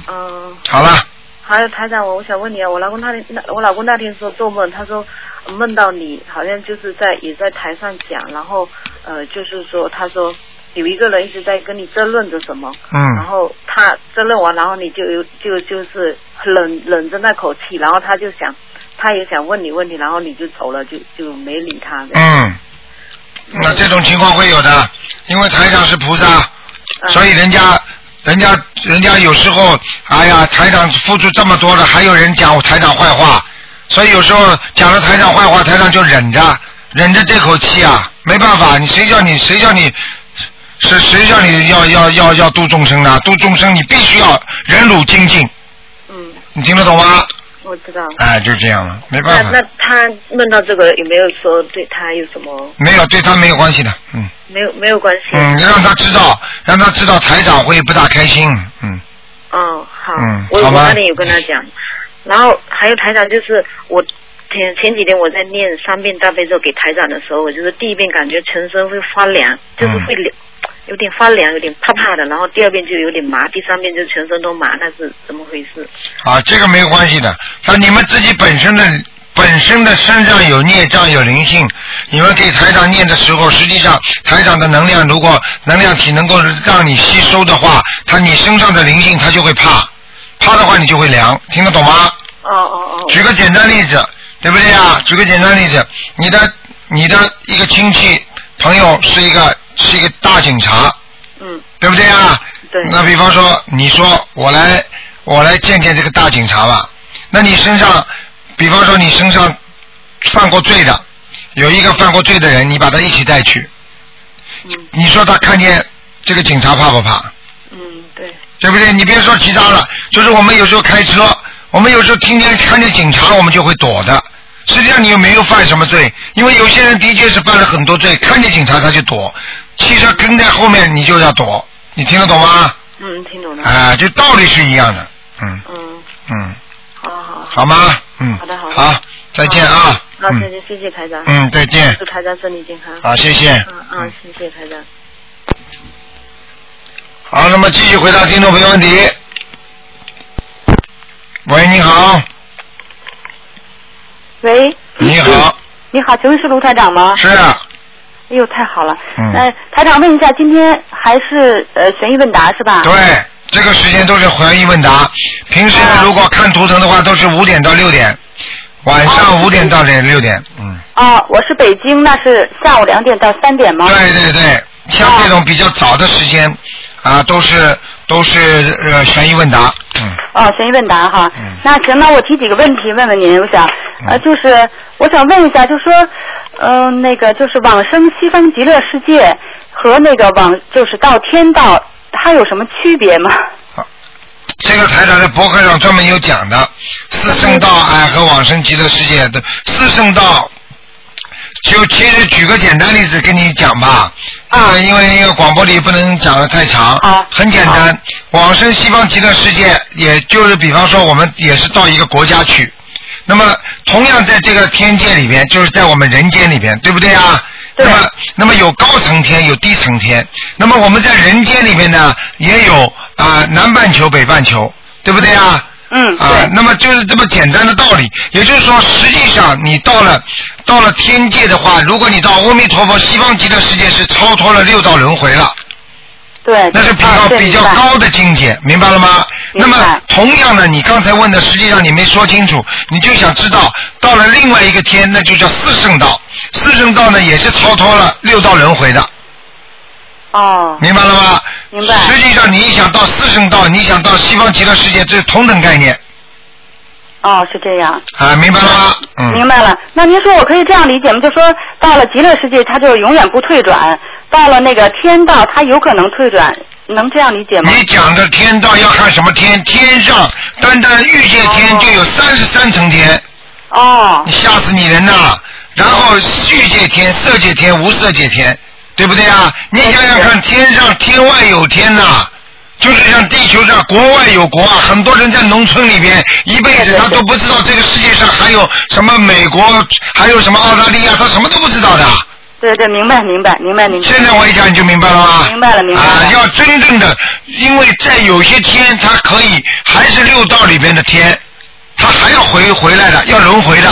嗯，
好了，
还有台长，我我想问你啊，我老公那天那我老公那天说做梦，他说呃梦到你，好像就是在也在台上讲，然后呃就是说他说有一个人一直在跟你争论着什么，
嗯，
然后他争论完，然后你就有就就是忍忍着那口气，然后他就想他也想问你问题，然后你就走了，就就没理他的。
嗯，那这种情况会有的，因为台长是菩萨，
嗯
所以人家，人家，人家有时候，哎呀，台长付出这么多了，还有人讲我台长坏话，所以有时候讲了台长坏话，台长就忍着，忍着这口气啊，没办法，你谁叫你，谁叫你，是谁叫你要要要要度众生的？度众生你必须要忍辱精进，
嗯，
你听得懂吗？
我知道。
哎，就这样了，没
那
办法
那，他梦到这个有没有说对他有什么？
没有对他没有关系的，嗯
没有没有关系。
嗯，你让他知道，让他知道台长会不大开心，嗯。
嗯，好，
嗯
我
好
我
吗
那里有跟他讲，然后还有台长就是我前前几天我在念三遍大悲咒给台长的时候，我就是第一遍感觉全身会发凉，就是会凉。有点发凉，有点怕怕的，然后第二遍就有点麻，第三遍就全身都麻，那是怎么回事？
啊，这个没关系的。那你们自己本身的本身的身上有孽障有灵性，你们给台长念的时候，实际上台长的能量如果能量体能够让你吸收的话，他你身上的灵性他就会怕，怕的话你就会凉，听得懂吗？
哦哦哦，
举个简单例子，对不对啊？举个简单例子，你的你的一个亲戚朋友是一个是一个大警察，
嗯，
对不对啊？
对
那比方说，你说我来，我来见见这个大警察吧。那你身上，比方说你身上犯过罪的，有一个犯过罪的人，你把他一起带去。
嗯
你说他看见这个警察怕不怕？
嗯，对，
对不对？你别说其他了，就是我们有时候开车，我们有时候听见看见警察，我们就会躲的。实际上你又没有犯什么罪，因为有些人的确是犯了很多罪，看见警察他就躲，汽车跟在后面你就要躲，你听得懂吗？
嗯，听懂了，
啊、就道理是一样的，嗯
嗯，
嗯，
好好好，
好吗？嗯，
好的好的
再见啊，
那再
嗯
见，谢谢台长，
嗯，再见，
祝台长身体健康，
好，谢谢，
嗯嗯，谢谢台长。
好，那么继续回答听众朋友问题。喂，你好，
喂，
你好，
你好，请问是卢台长吗？
是啊。
哎呦，太好了。
嗯
呃，台长问一下，今天还是呃悬疑问答是吧？。
对，这个时间都是怀疑问答。平时
啊
如果看图腾的话，都是五点到六点，晚上
哦
五点到点六点。嗯，
啊，我是北京，那是下午两点到三点吗？
对对对，像这种比较早的时间啊，都是都是呃悬疑问答。嗯，
哦，悬疑问答哈。
嗯
那行，那我提几个问题问问您，我想，呃，
嗯
就是我想问一下，就说，嗯、那个就是往生西方极乐世界和那个往就是到天道，它有什么区别吗？
这个台长在博客上专门有讲的四圣道哎和往生极乐世界的四圣道。就其实举个简单例子跟你讲吧，
啊
因为因为广播里不能讲的太长，
好
很简单，往生西方极乐世界，也就是比方说我们也是到一个国家去，那么同样在这个天界里边，就是在我们人间里边，对不对啊？
嗯对
那么，那么有高层天，有低层天。那么我们在人间里面呢，也有啊、南半球、北半球，对不对啊？
嗯，对。
啊、那么就是这么简单的道理。也就是说，实际上你到了到了天界的话，如果你到阿弥陀佛西方极乐世界，是超脱了六道轮回了。
对，
那是比较
啊对
比较
明白
高的境界，明白了吗？
明
那
白
么同样的，你刚才问的，实际上你没说清楚，你就想知道到了另外一个天，那就叫四圣道。四圣道呢，也是超脱了六道轮回的，
哦，
明白了吗？
明白
实际上，你一想到四圣道，你想到西方极乐世界，这是同等概念
哦，是这样。
啊，明白了吗？嗯。
明白了，那您说我可以这样理解吗？就说到了极乐世界，它就永远不退转；到了那个天道，它有可能退转，能这样理解吗？
你讲的天道要看什么天？天上单单欲界天就有三十三层天。
哦
你，吓死你人呐！然后欲界天、色界天、无色界天，对不对啊？你想想看，天上天外有天呐、就是像地球上国外有国啊，很多人在农村里边一辈子他都不知道这个世界上还有什么美国，还有什么澳大利亚，他什么都不知道的。
对对，明白明白明白明白。
现在我一讲你就明白了吗？
明白了明白了
啊，要真正的，因为在有些天它可以还是六道里边的天，它还要回回来的，要轮回的。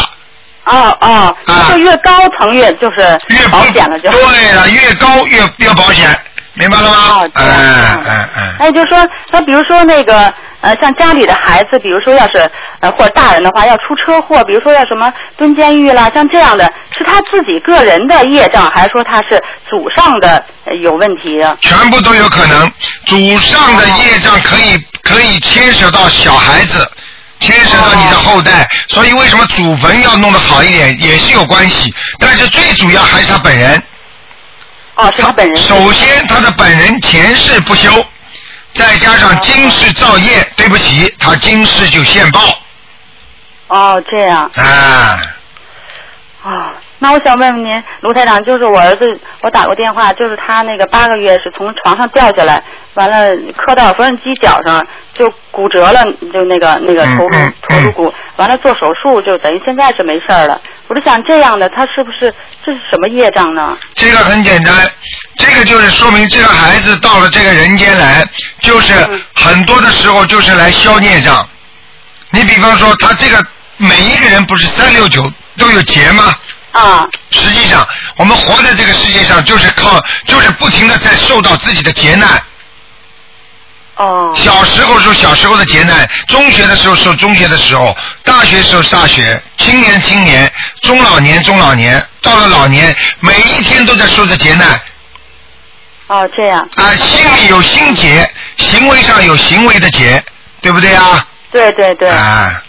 哦
啊
哦，就越高层越就是
越
保险了就。
对了，越高越越保险，明白了吗
哦？
嗯
这样
嗯嗯，
哎，就说那比如说那个呃，像家里的孩子，比如说要是呃或者大人的话，要出车祸，比如说要什么蹲监狱啦，像这样的，是他自己个人的业障，还是说他是祖上的、呃有问题啊？
全部都有可能。祖上的业
哦
障可以可以牵扯到小孩子。牵扯到你的后
哦
代，所以为什么祖坟要弄得好一点也是有关系，但是最主要还是他本人。
哦，是他本人。
首先，他的本人前世不修，再加
哦
上今世造业，对不起，他今世就现报
哦，这样
啊。
哦。那我想问问您，卢台长，就是我儿子，我打过电话，就是他那个八个月是从床上掉下来，完了磕到缝纫机脚上，就骨折了，就那个那个
嗯
头颅
嗯
头颅骨，完了做手术，就等于现在是没事儿了。我就想这样的，他是不是这是什么业障呢？
这个很简单，这个就是说明这个孩子到了这个人间来，
嗯
就是很多的时候就是来消孽障。你比方说，他这个每一个人不是三六九都有劫吗？
啊，
实际上，我们活在这个世界上，就是靠，就是不停的在受到自己的劫难。
哦，
小时候受小时候的劫难，中学的时候受中学的时候，大学时候大学，青年青年，中老年中老年，到了老年，每一天都在受着劫难
哦，这样，
啊，心里有心结，行为上有行为的结，对不对啊？
对对对，
啊，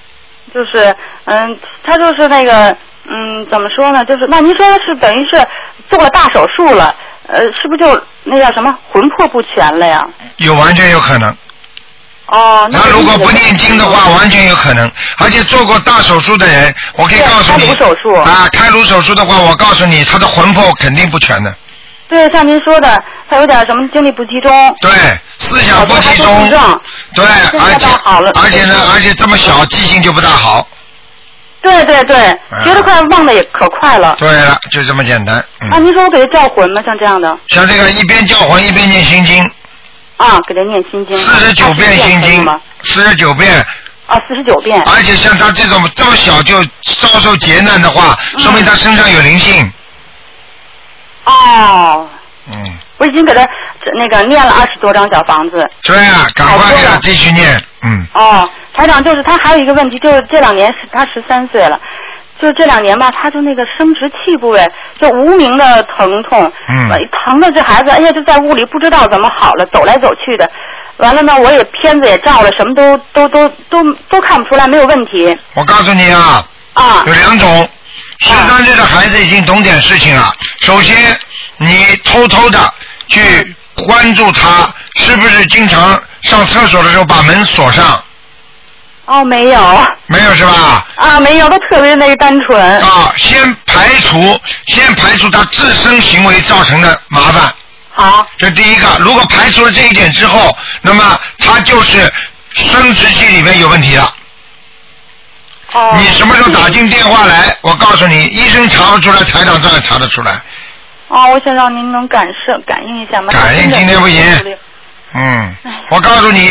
就是嗯，他就是那个嗯，怎么说呢？就是那您说是等于是做了大手术了，呃，是不是就那叫什么魂魄不全了呀？
有完全有可能。
哦，那
他如果不念经的话，完全有可能。而且做过大手术的人，我可以
对
告诉你，
开颅手术
啊，开颅手术的话，我告诉你，他的魂魄肯定不全的。
对，像您说的，他有点什么精力不集中，
对，思想不集
好多还
中
不正，
对，
现在
而且
倒好了
而且呢，而且这么小记性就不大好。
对对对，
嗯
觉得快忘的也可快了。
对了，就这么简单。
啊，
嗯，
您说我给他叫魂吗？像这样的
像这个一边叫魂一边念心经，
啊，给他念心经，
四十九遍
20
心
可以
经
吗？，
四十九遍，
啊，四十九遍。
而且像他这种这么小就遭受劫难的话，
嗯
说明他身上有灵性。
哦，
嗯，
我已经给他那个念了二十多张小房子。
对啊，赶快给他继续念。嗯，
哦，台长，就是他还有一个问题，就是这两年是他十三岁了，就是这两年吧，他就那个生殖器部位就无名的疼痛，
嗯
呃疼的这孩子，哎呀，就在屋里不知道怎么好了，走来走去的。完了呢，我也片子也照了，什么都都都都都看不出来，没有问题
我告诉你啊，
啊
有两种，十三岁的孩子已经懂点事情了。首先，你偷偷的
嗯
去关注他是不是经常上厕所的时候把门锁上，
哦，没有
没有是吧？
啊，没有，都特别那个单纯
啊，先排除，先排除他自身行为造成的麻烦，
好
这第一个。如果排除了这一点之后，那么他就是生殖器里面有问题了。
哦，
你什么时候打进电话来？我告诉你，医生查不出来，台长照样查得出来。
哦，我想让您能感受感应一下吗？
感应今天不行嗯，
哎
我告诉你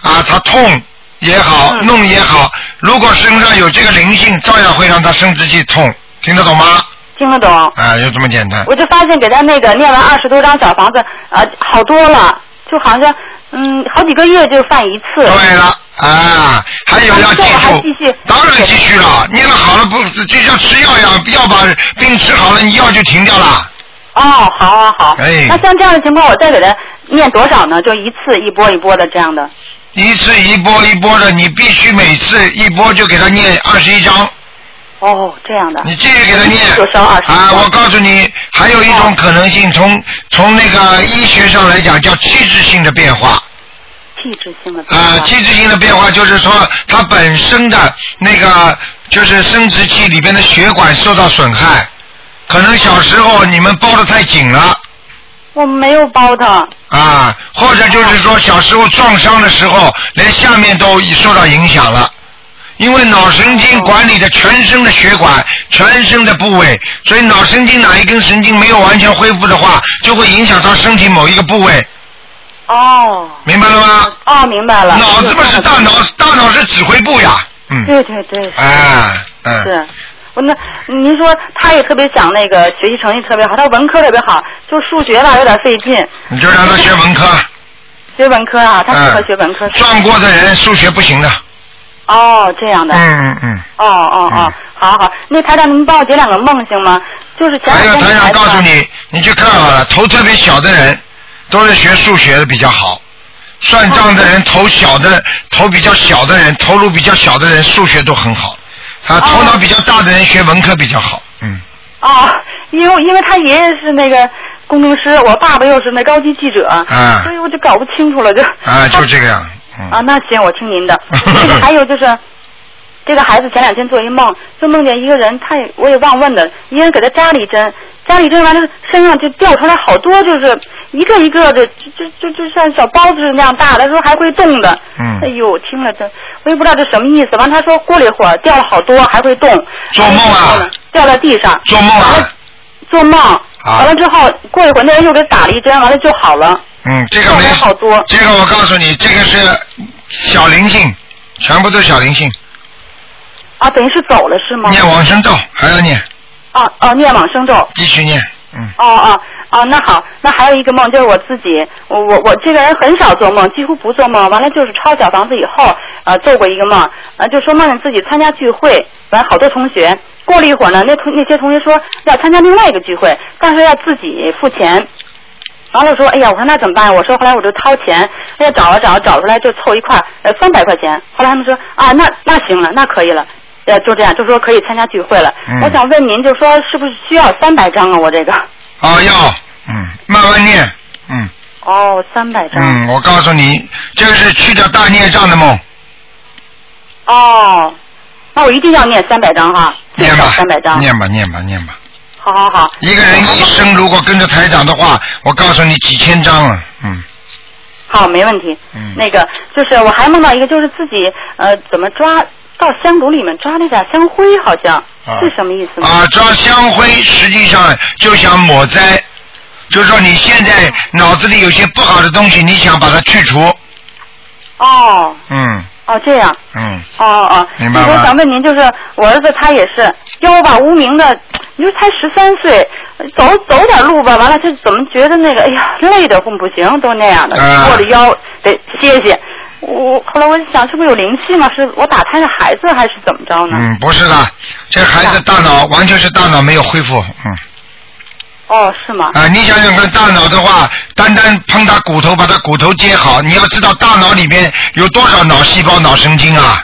啊，他痛也好，
嗯
弄也好，如果身上有这个灵性，照样会让他生殖器痛，听得懂吗？
听得懂。
啊，就这么简单。
我就发现给他那个念完二十多张小房子，呃，好多了，就好像嗯，好几个月就犯一次。
对了，啊，还有要记
那我还
住
继续，
当然继续了，念了好了不就像吃药一样，药把病吃好了，你药就停掉了。
哦，好好好。
哎
那像这样的情况，我再给他念多少呢？就一次一波一波的这样的。
一次一波一波的，你必须每次一波就给他念二十一章，
哦，这样的。
你继续给他念
就烧二十
啊！我告诉你，还有一种可能性，从从那个医学上来讲叫器质性的变化
气质性的。
啊，器质性的变化就是说它本身的那个就是生殖器里边的血管受到损害，可能小时候你们包的太紧了，
我没有包他。
啊，或者就是说小时候撞伤的时候，连下面都受到影响了。因为脑神经管理着全身的血管、全身的部位，所以脑神经哪一根神经没有完全恢复的话，就会影响到身体某一个部位，
哦，
明白了吗？
哦，明白了。
脑子嘛是大脑，大脑是指挥部呀，嗯，
对对对，是
哎，嗯，
是。我那您说他也特别想那个学习成绩特别好，他文科特别好，就数学吧有点费劲，
你就让他学文科，
学文科啊，他适合
嗯
学文科。是吧
撞过的人数学不行的，
哦，这样的。
嗯嗯嗯。
哦哦
嗯，
哦好好，那台长，您帮我解两个梦行吗？就是前
还有
两
台
天
长
孩子
告
吧
诉你，你去看好了，头特别小的人都是学数学的比较好，算账的人头小的头比较小的人，头颅比较小的人数学都很好，啊，头脑比较大的人学文科比较好，嗯，
哦，因为因为他爷爷是那个工程师，我爸爸又是那高级记者，
啊
所以我就搞不清楚了，就
啊，
他
就这个样，嗯，
啊，那行，我听您
*laughs*
的。这个还有就是，这个孩子前两天做一梦，就梦见一个人，他也我也忘问了，一个人给他扎了一针，扎了一针完了，身上就掉出来好多，就是一个一个的，就就就就像小包子那样大的，他说还会动的。
嗯
哎呦，听了真，我也不知道这什么意思。完，他说过了一会儿掉了好多，还会动。哎
做梦啊，
掉在地上。
做梦
完
啊
了，做梦。
啊
完了之后，过一会儿那人又给打了一针，完了就好了。
嗯，这个
后
没
来，好多
这个我告诉你，这个是小灵性，全部都是小灵性，
啊，等于是走了是吗？
念往生咒还要念，
哦哦，念往生咒。
继续念，嗯，
哦哦哦，那好，那还有一个梦就是我自己，我我我这个人很少做梦，几乎不做梦。完了就是抄小房子以后，呃，做过一个梦，呃，就说梦见自己参加聚会，完好多同学。过了一会儿呢，那同那些同学说要参加另外一个聚会，但是要自己付钱。完了说，哎呀，我说那怎么办？我说后来我就掏钱，哎呀，找啊找啊，找出来就凑一块，呃，三百块钱。后来他们说啊，那那行了，那可以了。呃，就这样，就说可以参加聚会了。
嗯
我想问您，就说是不是需要三百张啊？我这个。
啊要，嗯，慢慢念，嗯。
哦，三百张。
嗯，我告诉你，这个是去掉大孽障的梦，
哦，那我一定要念三百张哈，最
念
少
吧
三百，张。
念吧，念吧，念吧。
好好好。
一个人一生如果跟着台长的话，我告诉你几千张了，嗯
好，没问题。
嗯
那个就是我还梦到一个，就是自己呃怎么抓到香炉里面抓那点香灰，好像、
啊
是什么意思呢？
啊，抓香灰实际上就想抹灾，就是说你现在脑子里有些不好的东西，你想把它去除，
哦
嗯
哦这样。
嗯，
哦哦，
明白吗
那我想问您，就是我儿子他也是腰吧无名的，你说才十三岁，走走点路吧，完了他怎么觉得那个，哎呀，累得慌不行，都那样的，
啊
过了腰得歇歇。我后来我想，是不是有灵性啊？是我打胎的孩子还是怎么着呢？
嗯，不是的，这孩子大脑完全是大脑没有恢复，嗯。
哦，是吗？
啊，你想想看，大脑的话，单单碰他骨头，把他骨头接好，你要知道大脑里面有多少脑细胞、脑神经啊？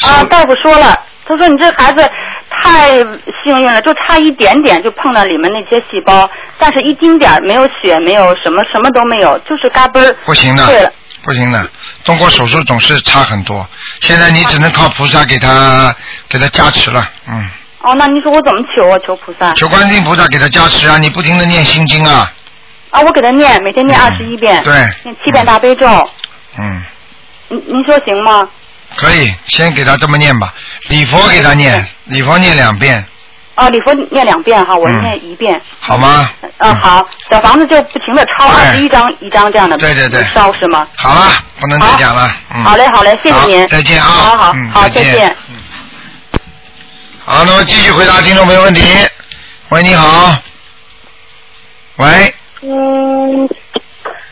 啊
手，
大夫说了，他说你这孩子太幸运了，就差一点点就碰到里面那些细胞，但是一丁点儿没有血，没有什么什么都没有，就是嘎嘣儿
不行
碎
的
了。，
不行的，中国手术总是差很多。现在你只能靠菩萨给他给他加持了，嗯，
哦，那您说我怎么求啊？求菩萨
求观世音菩萨给他加持啊！你不停的念心经啊，
啊！我给他念，每天念
嗯
二十一遍，
对
念七遍大悲咒。
嗯，
您您说行吗？
可以，先给他这么念吧，礼佛给他念，礼佛念两遍，
啊，礼佛念两遍哈，我
嗯
念一遍。
好吗？
啊，好，小房子就不停的抄二
对
十一张一张这样的
对对对
烧是吗？
好了，不能再讲了。嗯、
好嘞，好嘞，谢谢
好
您。
再见啊。
好好
嗯、
好，
再
再见。
好，那么继续回答听众朋友问题。喂，你好。喂，
嗯，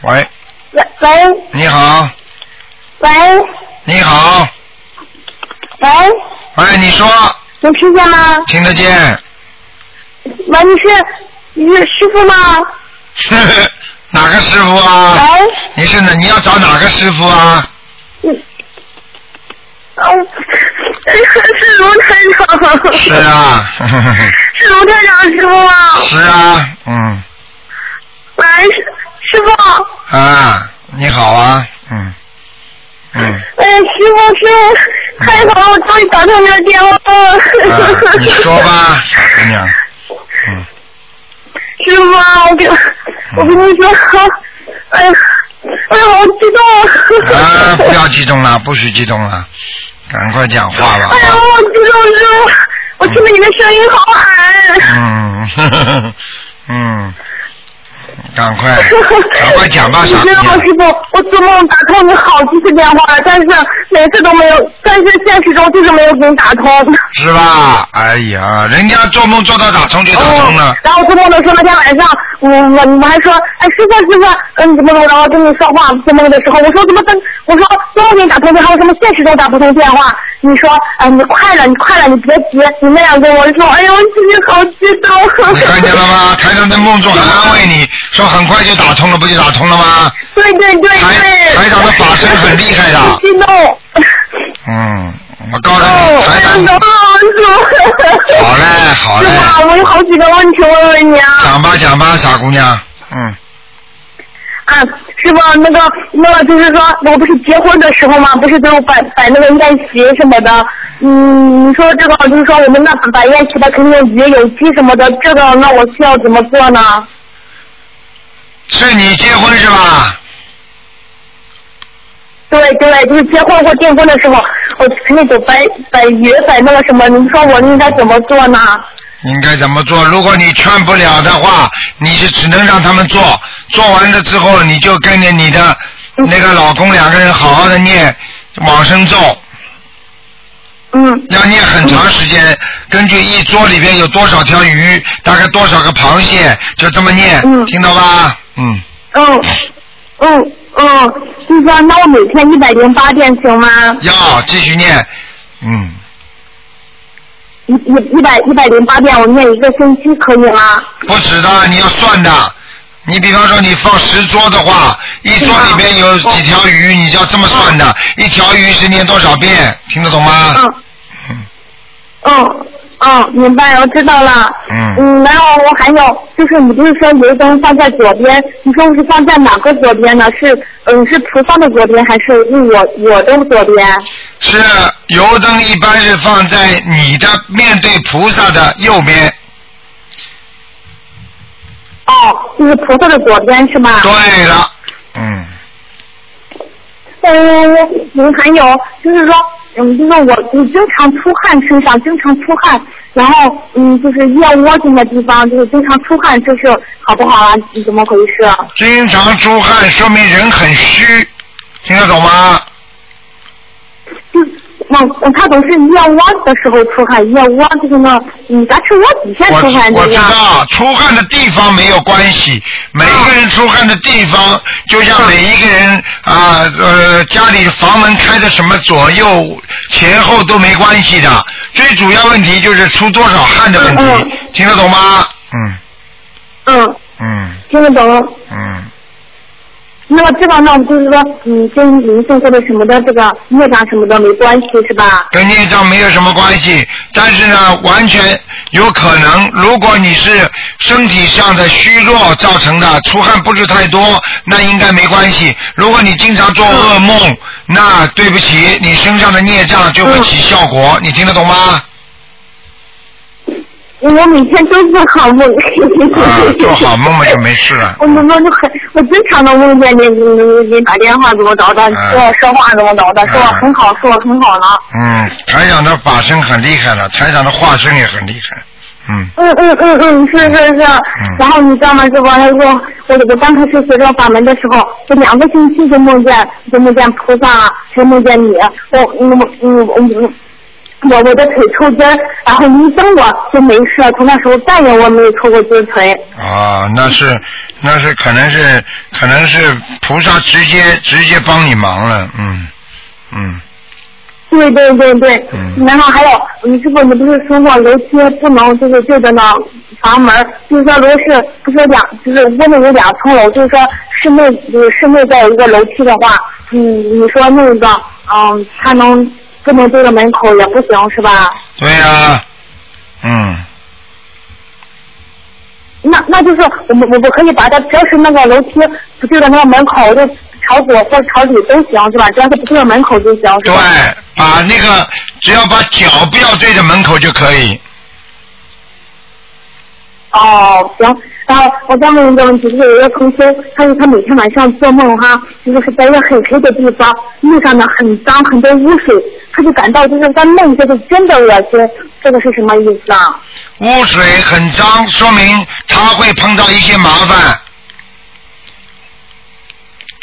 喂，
喂喂
你好，
喂
你好，
喂，
喂，你 *laughs* 说
能听见吗？
听得见？
喂，你是你是师傅吗？
哪个师傅啊？
喂，
你是哪？你要找哪个师傅啊？
哦， *laughs* 是卢台长，
是啊， *laughs*
是卢台长师傅吗？
是啊，嗯
喂，师师傅，
啊，你好啊，嗯嗯。
哎，师傅师傅，太好了，我终于打通你的电话了。
啊，你说吧，小姑娘。嗯，嗯
师傅啊，我给我跟你说，哎呀，哎呀，好激动啊！
啊，不要激动了，不许激动了，赶快讲话吧
哎。呀，我激动死了！我听着你的声音好啊矮。
嗯，呵呵呵嗯，赶快，哎赶快讲吧，
*laughs* 你
傻
知道吗，师
逼。
傅，我做梦打通你好几次电话了，但是每次都没有，但是现实中就是没有给你打通。
是吧？哎呀，人家做梦做到打通就打通了。
然后做梦的时候，那天晚上，我我我还说，哎，师傅师傅，嗯，怎么怎么着，我跟你说话，做梦的时候，我说怎么跟，我说做梦给你打通电话，为什么现实中打不通电话？你说，哎，你快了，你快了，你别急，你那样跟我说，哎呦，我心里好激动。
你看见了吗？台长在梦中还安慰你说很快就打通了，不就打通了吗？
*laughs* 对对对
台
对。
台长的法身很厉害的
激动。
嗯，我告诉你，
哦，
台
哎呀，
长
怎么好说？
好嘞，哎好
师
嘞，
傅，我有好几个问题问问你啊。
讲吧讲吧，傻姑娘，嗯，
啊，师傅，那个，那个就是说，我不是结婚的时候嘛，不是都摆摆那个宴席什么的，嗯，你说这个就是说我们那摆宴席的肯定也有鸡什么的，这个那我需要怎么做呢？
是你结婚是吧？
对对，就是结婚或订婚的时候，我肯定得摆摆鱼摆那个什么，你说我应该怎么做呢？
应该怎么做？如果你劝不了的话，你是只能让他们做，做完了之后，你就跟着你的那个老公两个人好好的念往生咒，
嗯
要念很长时间，根据一桌里边有多少条鱼，大概多少个螃蟹，就这么念，
嗯
听到吧？嗯，
嗯嗯嗯，就是说那我每天一百零八遍行吗？
要继续念，嗯，
一一一百一百零八遍，我念一个星期可以吗？
不止的，你要算的。你比方说你放十桌的话，一桌里边有几条鱼，你就要这么算的，一条鱼是念多少遍，听得懂吗？
嗯嗯，嗯，明白，我知道了。
嗯
嗯，然后我还有就是，你不是说油灯放在左边，你说是放在哪个左边呢？是嗯，是菩萨的左边，还是我我的左边？
是油灯一般是放在你的面对菩萨的右边，
哦，就是菩萨的左边是吧？
对了，嗯。
嗯，嗯，还有就是说，嗯，就是我我经常出汗，身上经常出汗，然后嗯，就是腋窝这些地方就是经常出汗，这是好不好啊？怎么回事啊？
经常出汗说明人很虚，听得懂吗？
嗯，那嗯他总是腋窝的时候出汗，腋窝就是那，嗯，咱是窝底下
我
出汗
我
这
知
样。
道，出汗的地方没有关系，每一个
啊
人出汗的地方，就像每一个人啊呃家里房门开的什么左右前后都没关系的，最主要问题就是出多少汗的问题
嗯，
听得懂吗？嗯
嗯，
嗯
听得懂。
嗯，
那么这个呢，就是说，嗯，跟灵性或者什么的这个业障什么的没关系是吧？
跟孽障没有什么关系，但是呢，完全有可能，如果你是身体上的虚弱造成的，出汗不是太多，那应该没关系。如果你经常做噩梦，那对不起，你身上的孽障就会起效果，你听得懂吗？
我每天都做好梦。
啊，做好梦嘛就没事了。
*laughs* 我梦中就很，我经常能梦见你，你你你打电话怎么着的，
嗯
跟我说话怎么着的，说我
嗯
很好，说我很好了。
嗯，台长的法身很厉害了，台长的化身也很厉害。嗯，
嗯嗯嗯嗯，是是是。然后你知道吗，师傅？他说我我刚开始学这个法门的时候，我两个星期就梦见就梦见菩萨，就梦见你，我我嗯我。我我的腿抽筋儿，然后医生我就没事，从那时候再也我没有抽过筋腿。
啊，那是，那是可能是可能是菩萨直接直接帮你忙了，嗯嗯。
对对对对，
嗯
然后还有，你师傅你不是说过楼梯不能就是对着那房门儿，就是说楼是不是有两就是屋内有两层楼，就是说室内就是室内再有一个楼梯的话，嗯，你说那个嗯，它能不能对着门口也不行是吧？
对啊呀、嗯，
那那就是我们我我可以把它，只要是那个楼梯不对着那个门口，就朝左或者朝里都行是吧？只要是不对着门口就行是
对
吧？，
哎把那个只要把脚不要对着门口就可以。
哦，行，然后我再问一个问题，就是有一个同修，他说他每天晚上做梦哈、就是在一个很黑的地方，路上呢很脏，很多污水，他就感到就是在梦这个真的恶心，这个是什么意思啊？
污水很脏，说明他会碰到一些麻烦。
啊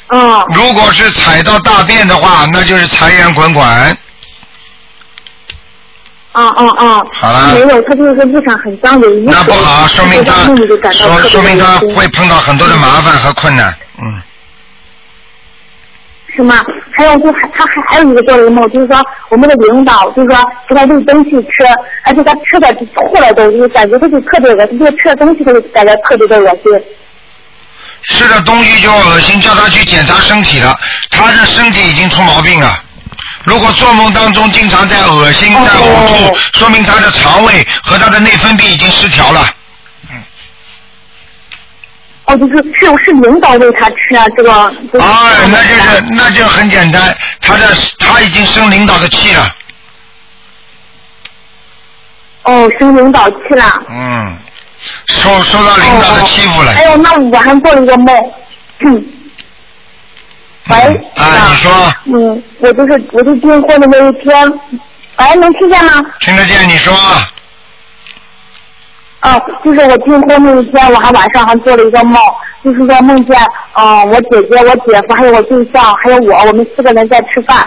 嗯。
如果是踩到大便的话，那就是财源滚滚。
啊啊啊！
好了
没有，他就是说路上很脏，有污水，那
不好，说明他
梦里就感到
说
特别
说明他
恶心
会碰到很多的麻烦和困难。嗯，
是吗？还有就还他还还有一个做了一个梦，就是说我们的领导就是说给他喂东西吃，而且他吃的吐了都，就感觉他就特别恶心，就吃了东西他就感觉特别的恶心。
吃的东西就恶心，叫他去检查身体了，他的身体已经出毛病了。如果做梦当中经常在恶心、在呕吐，说明他的肠胃和他的内分泌已经失调了。
哦，就是是是领导喂他吃啊，这个。
啊，那就是那就很简单，他的他已经生领导的气了。
哦，生领导啊气了。
嗯，受受到领导的欺负了。
还有，哦哎那我还做了一个梦，嗯，喂，
啊，你说
嗯，我就是我就订婚的那一天，喂，能听见吗？
听得见？你说
哦，就是我订婚那一天，我还晚上还做了一个梦，就是说梦见，嗯、我姐姐、我姐夫还有我对象，还有我，我们四个人在吃饭。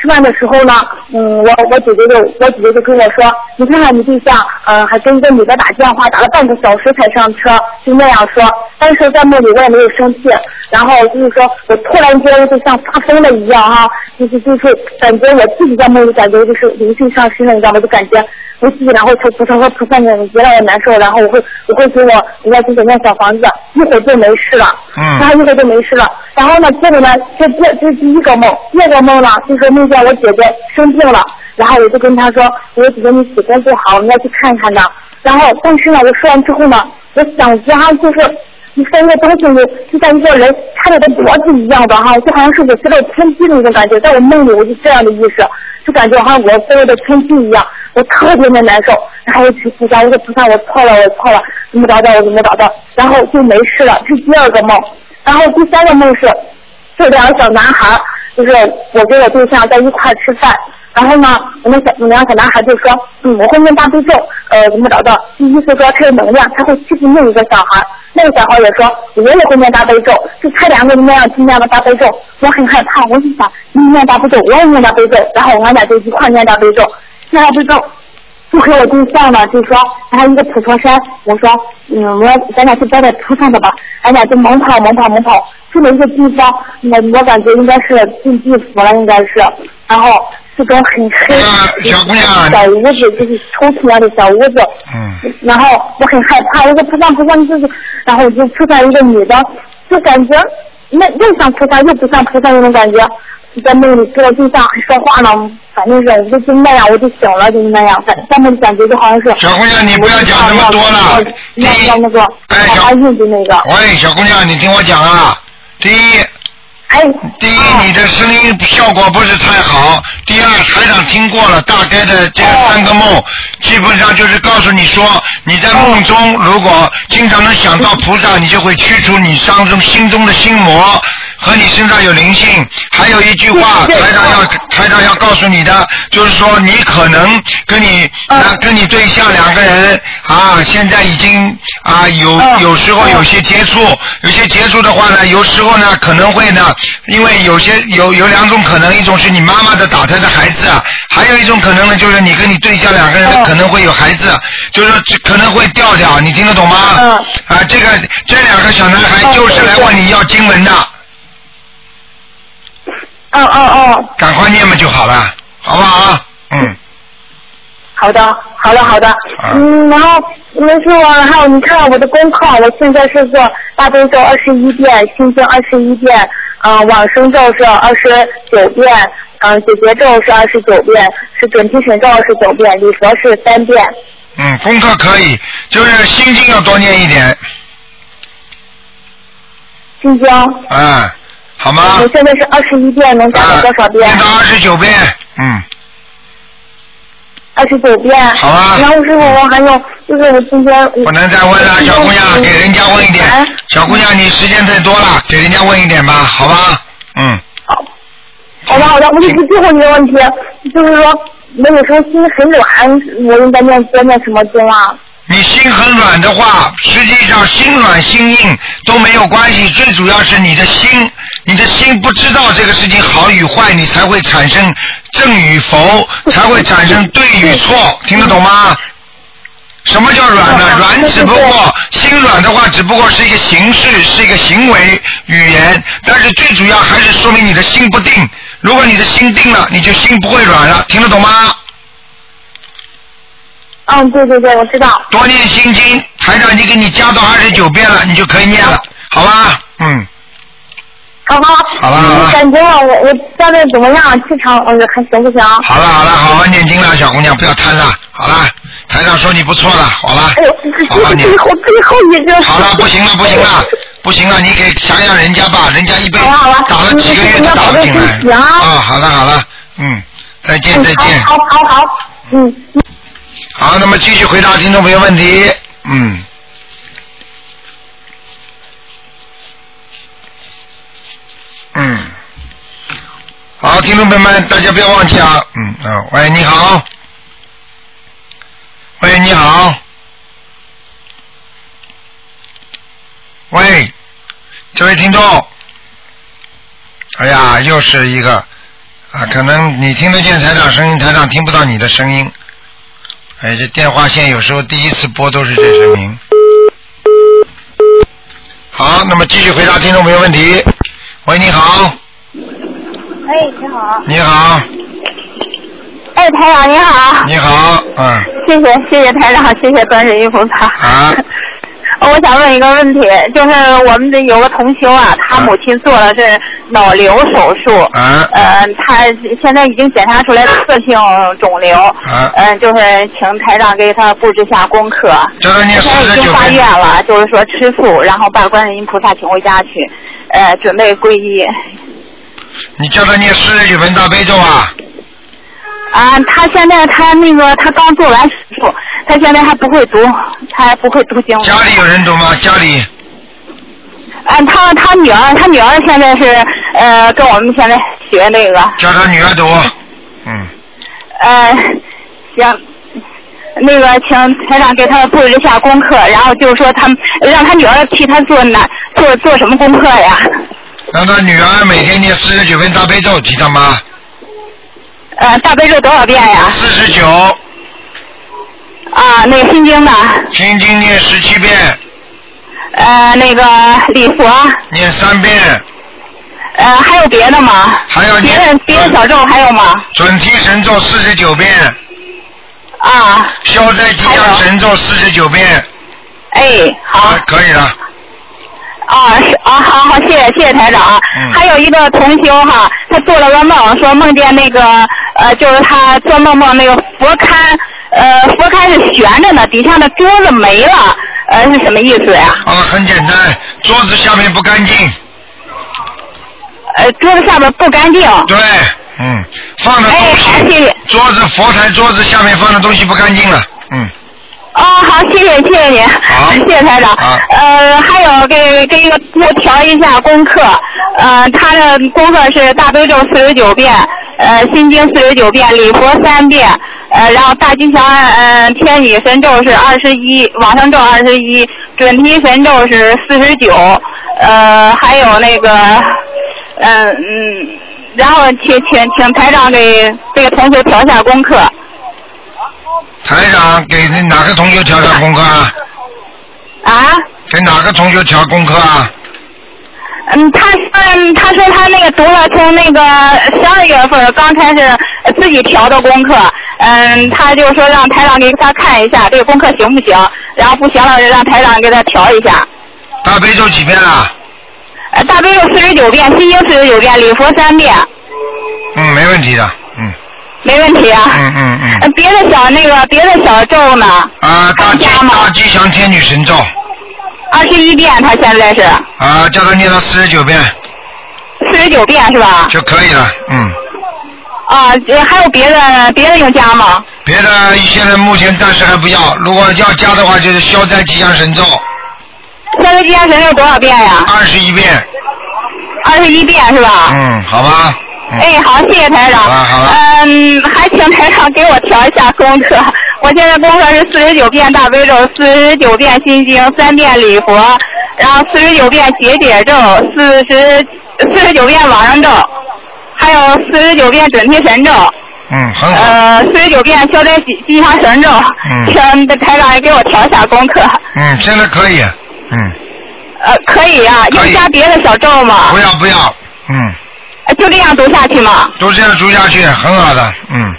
吃饭的时候呢，嗯，我我姐姐就我姐姐就跟我说，你看看你对象，嗯、还跟一个女的打电话，打了半个小时才上车，就那样说。但是在梦里我也没有生气，然后就是说我突然间就像发疯了一样哈、就是就是感觉我自己在梦里感觉就是灵性上身了，你知道吗？就感觉我自己然后求菩萨和菩萨念别让我难受，然后我会我会给我人家给我念小房子，一会儿就没事了，
嗯
然后一会儿就没事了，然后呢，接着呢，这这这是第一个梦，第二个梦呢，就是梦见我姐姐生病了，然后我就跟她说，我说姐姐你体格不好，我们要去看看的，然后但是呢，我说完之后呢，我想着哈就是。你说一个东西，就像一个人掐着的脖子一样的哈，就好像是我飞到天际那种感觉，在我梦里我就这样的意识，就感觉好像我飞到天际一样，我特别的难受。然后我去菩萨，我说菩萨，我错了，我错了，怎么着的，我怎么着的，然后就没事了。这是第二个梦，然后第三个梦是，这两个小男孩儿，就是我跟我对象在一块儿吃饭，然后呢，我们小我们两个小男孩就说，嗯，我会念大悲咒，呃，怎么着的？意思说他有能量，他会欺负另一个小孩儿。那个小孩儿也说，我也会念大悲咒，就他两个人那样去念了大悲咒，我很害怕，我就想你念大悲咒，我也念大悲咒，然后我们俩就一块儿念大悲咒，念大悲咒，就和我对象呢，就说，然后一个普陀山，我说，嗯，我要咱俩就待在菩萨的吧，俺俩就猛跑猛跑猛跑，进了一个地方，我我感觉应该是进地府了，应该是，然后是个很黑，呃小姑娘，小屋子就是抽屉一样的小屋子，
嗯，
然后我很害怕，我说菩萨菩萨你就是，然后我就出现一个女的，就感觉嗯那又像菩萨又不像菩萨那种感觉，在梦里跟我对象还说话呢，反正是我就就那样，我就醒了，就是那样，反在梦里感觉就好像是。嗯
小姑娘，你不要讲那么多了。
要要那个，好运的那个。
哎喂，小姑娘，你听我讲啊。第一，
哎
第一，你的声音效果不是太好。第二，台长听过了大概的这
哦
三个梦，基本上就是告诉你说，你在梦中
哦
如果经常能想到菩萨，你就会驱除你当中心中的心魔和你身上有灵性。还有一句话，台长要台长要告诉你的，就是说你可能跟你
嗯
那跟你对象两个人啊，现在已经啊有有时候有些接触，有些接触的话呢，有时候呢可能会呢，因为有些有有两种可能，一种是你妈妈的打胎的孩子，啊还有一种可能呢就是你跟你对象两个人呢可能会有孩子，啊就是说这可能会掉掉，你听得懂吗？啊，这个这两个小男孩就是来问你要经文的。
哦哦哦。
赶快念嘛就好了，好不好啊？嗯。
好的，好的，好的。嗯，然后没事我还有你看看我的功课，我现在是做大悲咒二十一遍，心经二十一遍，嗯、往生咒是二十九遍，嗯、解结咒是二十九遍，是准提神咒二十九遍，礼佛是三遍。
嗯，功课可以，就是心经要多念一点，
心经，
嗯，好吗？
我现在是啊二十一遍，能达到多少遍？
念到二十九遍，嗯。
二十九遍。
好啊
然后师傅，我还有就是我今天
不能再问了，小姑娘，给人家问一
哎
点。小姑娘，你时间太多了，给人家问一点吧，好吧？嗯，
好的好的，我就是最后一个问题，就是说我有时候心很软，我应该念多念什么经啊？
你心很软的话，实际上心软心硬都没有关系，最主要是你的心，你的心不知道这个事情好与坏，你才会产生正与否，才会产生对与错，听得懂吗？什么叫软呢？软只不过心软的话，只不过是一个形式，是一个行为语言，但是最主要还是说明你的心不定。如果你的心定了，你就心不会软了，听得懂吗？
嗯，对对对，我知道。
多念心经，台长已经给你加到二十九遍了，你就可以念了，好吧？嗯，
好吧。
好了好了
感觉我我锻炼怎么样？气场嗯还行不行？
好了好了，好好念经了，小姑娘，不要贪了，好了，台长说你不错了，好了，
哎呦，
好
*laughs*
了你
最后最后一个。
好了，不行了不行了不行了，你给想想人家吧，人家一辈
好了好了
打了几个月
你
都
要
打
保
不
重
进来
身体，啊
好了好了，嗯，再见再见，
好好好好，嗯。
好，那么继续回答听众朋友问题，嗯。嗯，好，听众朋友们，大家不要忘记啊，嗯啊、喂，你好，喂，你好，喂，这位听众，哎呀，又是一个啊，可能你听得见台长声音，台长听不到你的声音，哎，这电话线有时候第一次拨都是这声音。好，那么继续回答听众朋友问题。喂，你好，
哎，你好。
你好，
哎，台长您好，
你好，嗯，
谢谢谢谢台长，谢谢观世音菩萨。 *laughs* 哦
啊，
我想问一个问题，就是我们的有个同修啊，他母亲做了这脑瘤手术，
啊，
呃，他现在已经检查出来恶性肿瘤，
啊，
嗯、就是请台长给他布置下功课。
叫他念
现
四
在
十
已经
九
发
遍
愿，了，就是说吃素，然后把观世音菩萨请回家去，呃，准备皈依。
你叫他念四十九遍大悲咒啊，
啊，他现在他那个他刚做完手术，他现在还不会读，他还不会读经。
家哎里有人懂吗？家里，
嗯，他他女儿，他女儿现在是呃跟我们现在学那个
叫他女儿读，嗯，
呃行。那个，请台长给他布置一下功课，然后就是说他让他女儿替他做哪做做什么功课呀？
让他女儿每天念四十九遍大悲咒，知道吗？
呃，大悲咒多少遍呀？
四十九，
啊，那个心经呢？
心经念十七遍，
呃，那个礼佛，
念三遍，
呃，还有别的吗？
还有
别
念
的别的小咒还有吗？
准提神咒四十九遍，
啊，
消灾吉祥神咒四十九遍，
哎，好
啊，，可以了。
啊是啊，好好，谢谢谢谢台长啊。
嗯
还有一个同修哈，他做了个梦，说梦见那个呃，就是他做梦梦那个佛龛，呃，佛龛是悬着呢，底下的桌子没了，呃，是什么意思呀？
啊，很简单，桌子下面不干净，
呃，桌子下边不干净。
对，嗯，放的
哎，
东
好，谢
西，
谢。
桌子佛台桌子下面放的东西不干净了，嗯，
哦，好，谢谢谢谢您，
好
*laughs* 谢谢台长。
好
呃，还有给给一个多调一下功课，呃，他的功课是大悲咒四十九遍，呃，心经四十九遍，礼佛三遍，呃，然后大吉祥呃天女神咒是二十一，往生咒二十一，准提神咒是四十九，呃，还有那个，嗯、嗯，然后请请请台长给这个同学调一下功课。
台长给那哪个同学调调功课啊？
啊？
给哪个同学调功课啊？
嗯，他嗯，他说他那个读了从那个十二月份刚开始呃自己调的功课，嗯，他就说让台长给他看一下这个功课行不行，然后不行了让台长给他调一下。
大悲咒几遍啊了？
呃，大悲咒四十九遍，心经四十九遍，礼佛三遍，
嗯，没问题的，嗯
没问题啊。
嗯嗯
呃
嗯。
别的小那个别的小咒呢，
啊，大吉
还加吗
大吉祥天女神咒
二十一遍他现在是
啊，叫他念到四十九遍
四十九遍是吧？
就可以了，嗯，
啊，呃还有别的别的要加吗？
别的现在目前暂时还不要，如果要加的话，就是消灾吉祥神咒
啊消灾吉祥神咒多少遍呀？
二十一遍。
二十一遍是吧？
嗯，好吧。嗯
啊哎，好，谢谢台长。
好了啊好了
嗯，还请台长给我调一下功课。我现在功课是四十九遍大悲咒，四十九遍心经，三遍礼佛，然后四十九遍解姐咒，四十四十九遍往生咒，还有四十九遍准提神咒，
嗯，很好。
呃，四十九遍消灾吉吉祥神咒。
嗯
请台长也给我调一下功课。
嗯，现在可以。嗯，
呃，可以啊，要加别的小咒吗？
不要不要。嗯，
呃就这样读下去吗？
都这样住下去，很好的。嗯，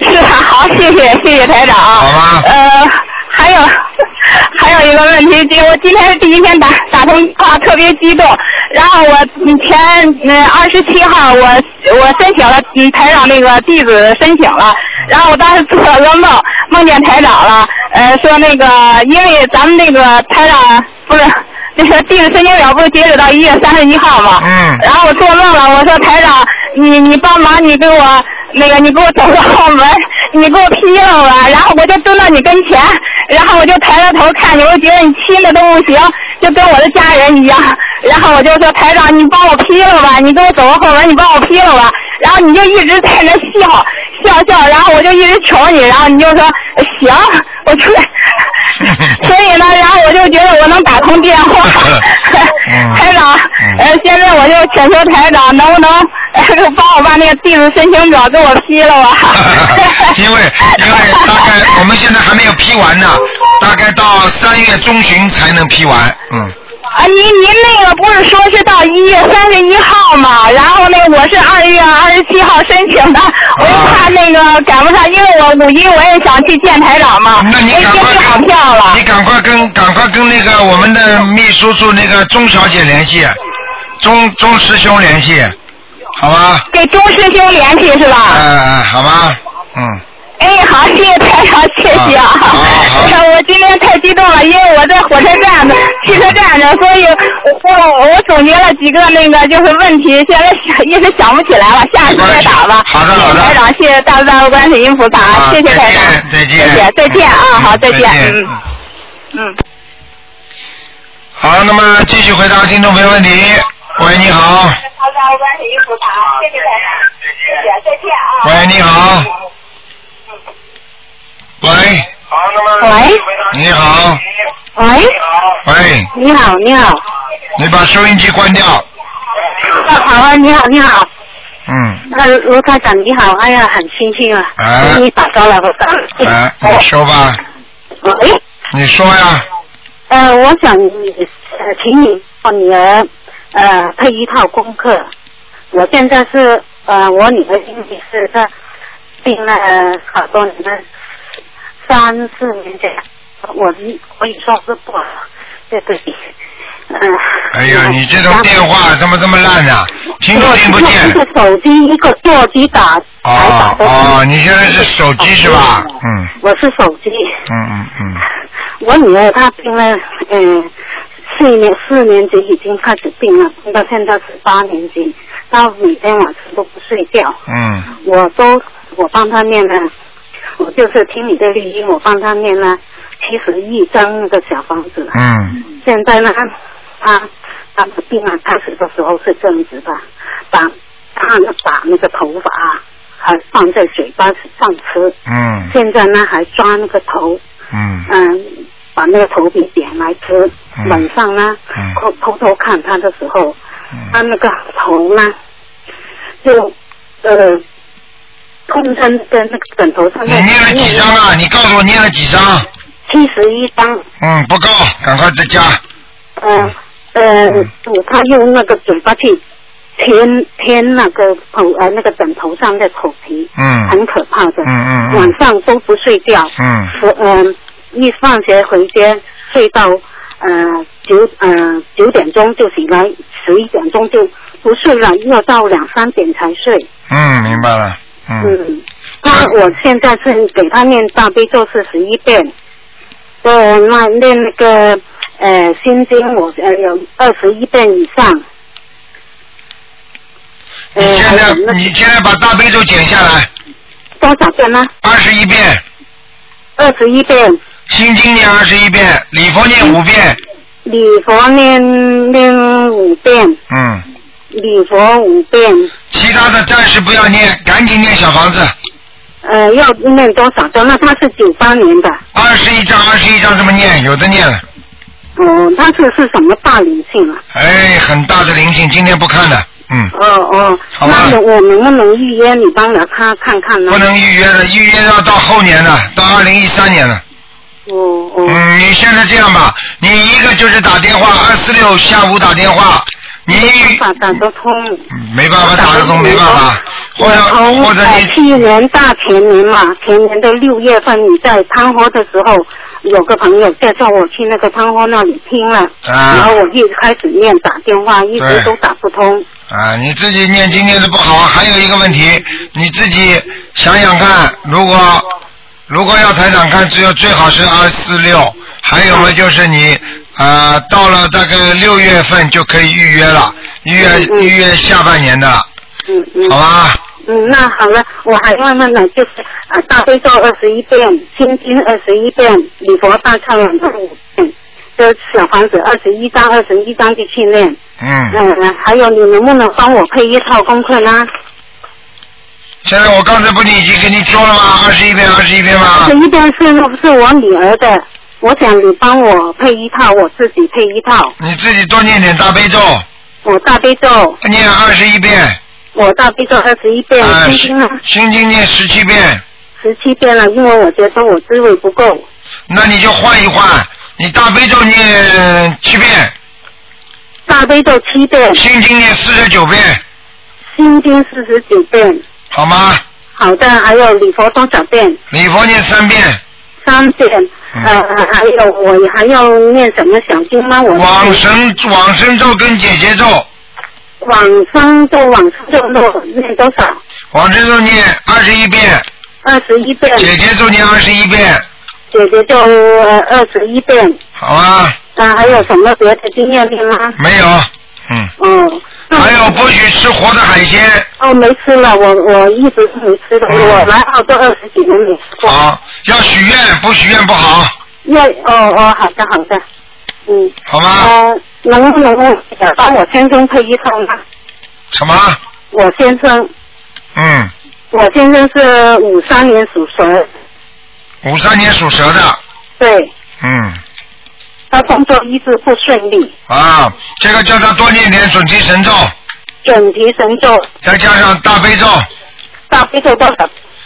是吧？ *laughs* 好，谢谢谢谢台长。
好吗？
呃，还有还有一个问题，就我今天是第一天打打通电话，特别激动。然后我嗯前嗯二十七号我我申请了嗯台长那个地址申请了，然后我当时做了个梦，梦见台长了，呃说那个因为咱们那个台长不是。那个地址申请表不是截止到一月三十一号吗？呃
嗯
然后我做梦了，我说台长，你你帮忙，你给我那个，你给我走个后门，你给我批应了，然后我就蹲到你跟前，然后我就抬着头看你，我觉得你亲的都不行，就跟我的家人一样。然后我就说台长，你帮我批了吧，你给我走个后门，你帮我批了吧。然后你就一直在那笑笑笑，然后我就一直求你，然后你就说行，我就 *laughs* 所以呢，然后我就觉得我能打通电话。台长，
嗯
呃，现在我就请求台长能不能、呃、帮我把那个地址申请表给我批了吧？
*laughs* 因为因为大概我们现在还没有批完呢，大概到三月中旬才能批完。嗯，
啊，您您那个不是说是到一月三十一号嘛？然后呢，我是二月二十七号申请的，我
啊
就怕那个赶不上，因为我五一我也想去见台长嘛，哎
那你
我已
赶
经
快
订好票了
你。赶快跟赶快跟那个我们的秘书处那个钟小姐联系，钟钟师兄联系，好吧？
给钟师兄联系是吧？
呃，好吧，嗯，
哎，好，谢谢台长，谢谢啊！我今天太激动了，因为我在火车
*laughs*
站呢、汽车站呢，所以我我我总结了几个那个就是问题，现在想一时想不起来了，下次再打吧。
好的好
谢谢
的
台长，谢谢大慈大悲观世音菩萨，
好
谢谢台长，
再见
谢谢，再见啊，好，再
再见
嗯。嗯。
好，那么继续回答听众朋友问题。喂，你好，
大慈大悲观世音菩萨，谢谢台长，谢谢，再见啊。
喂，你好，喂，
喂
你好，
喂，
喂，
你好，你好，
你把收音机关掉。
好啊，你好，你好，
嗯，
那个卢台长你好，哎呀，很庆幸啊，
哎
你打
*laughs*
招了，我打，
哎，你说吧，
喂，
你说呀，
呃，我想呃，请你帮女儿呃配一套功课。我现在是呃，我女儿今年是她病了好多年了，三四年前，我可以说是不好，对不起，嗯、
哎呦，你这种电话怎么这么烂呢、听都
我
听不见
一。个手机一个座机打，
哦哦，你现在是手机是吧？嗯
我是手机。
嗯嗯嗯，
我女儿她病了，嗯，四年四年级已经开始病了，病到现在是八年级，她每天晚上都不睡觉，
嗯
我都我帮她念了，我就是听你的录音，我帮她念了七十一张那个小房子，
嗯
现在呢，她她的病啊，开始的时候是这样子的，把她把那个头发啊还放在嘴巴上吃，
嗯
现在呢还抓那个头。
嗯
嗯，把那个头皮点来吃，
嗯
晚上呢
嗯，
偷偷偷看他的时候，他
嗯
那个头呢，就呃，碰上那个那个枕头上
你
面。
念了几张啊？你告诉我念了几张？
七十一张，
嗯，不够，赶快再加。
嗯呃，他用那个嘴巴去舔舔那个头呃那个枕头上的头皮，
嗯
很可怕的，
嗯嗯嗯
晚上都不睡觉，
嗯
是嗯，一放学回家睡到呃九呃九点钟就醒来，十一点钟就不睡了，要到两三点才睡。
嗯，明白了。嗯
嗯，那我现在是给他念大悲咒是十一遍，呃，那念那个呃心经我呃有二十一遍以上。
你现在你现在把大悲咒剪下来，
多少遍呢？
二十一遍，
二十一遍，
心经念二十一遍，礼佛念五遍，
嗯礼佛念念五遍，
嗯，
礼佛五遍，
其他的暂时不要念，赶紧念小房子，
呃，要念多少张？那他是九八年的，
二十一章二十一章这么念，有的念了，
哦，他是是什么大灵性啊？
哎，很大的灵性，今天不看了，嗯，
哦哦，
好吧
那我能不能预约你帮了他看看呢？
不能预约了，预约要到后年了，到二零一三年了。
哦哦。
嗯，你现在这样吧，你一个就是打电话，二四六下午打电话，你
打打得通。
没办法打得通，没办法，或者
从
或者
呃
你
去年大前年嘛，前年的六月份你在汤河的时候，有个朋友介绍我去那个汤河那里听了，然
啊
后我一开始念打电话，一直
对
都打不通。
啊，你自己念经念的不好，还有一个问题，你自己想想看，如果如果要台长看，只有最好是二四六，还有嘛就是你呃到了大概六月份就可以预约了，预约预约下半年的了，
嗯嗯。
好吧？
嗯，那好了，我还问问呢，就是啊，大悲咒二十一遍，心经二十一遍，礼佛大忏悔文五遍，这小房子二十一张，二十一张就去念。
嗯，
嗯，还有你能不能帮我配一套功课呢？
现在我刚才不是已经跟你说了吗？二十一遍，二十一遍吗？
这一边是是我女儿的，我想你帮我配一套，我自己配一套。
你自己多嗯念点大悲咒，
我大悲咒，
念二十一遍，
我大悲咒二十一遍，
啊
心经呢
心经念十七遍，
十七遍了，因为我觉得我智慧不够。
那你就换一换，你大悲咒念七遍，
大悲咒七遍，
心经念四十九遍，
心经四十九遍，
好吗？
好的，还有礼佛多少遍？
礼佛念三遍，嗯
三遍。呃，还有我还要念什么小经吗？我
往生往生咒跟姐姐咒，
往生咒，往生咒弄念多少？
往生咒念二十一遍，
二十一遍。
姐姐咒念二十一遍，
姐姐咒呃二十一遍。
好吗？
啊，还有什么别的经验的吗？
没有，嗯，
嗯。
还有不许吃活的海鲜，
哦，没吃了，我我一直是没吃的，我来澳洲二十几年了。
嗯好，要许愿，不许愿不好，
因为哦哦，好的好的，嗯。
好吗？
呃，能不能帮我先生配一套呢？
什么？
我先生，
嗯，
我先生是五三年属蛇，
五三年属蛇的，
对
嗯。
他工作一直不顺利，
啊，这个叫他多念点准提神咒，
准提神咒、
再加上大悲咒
大悲咒多少？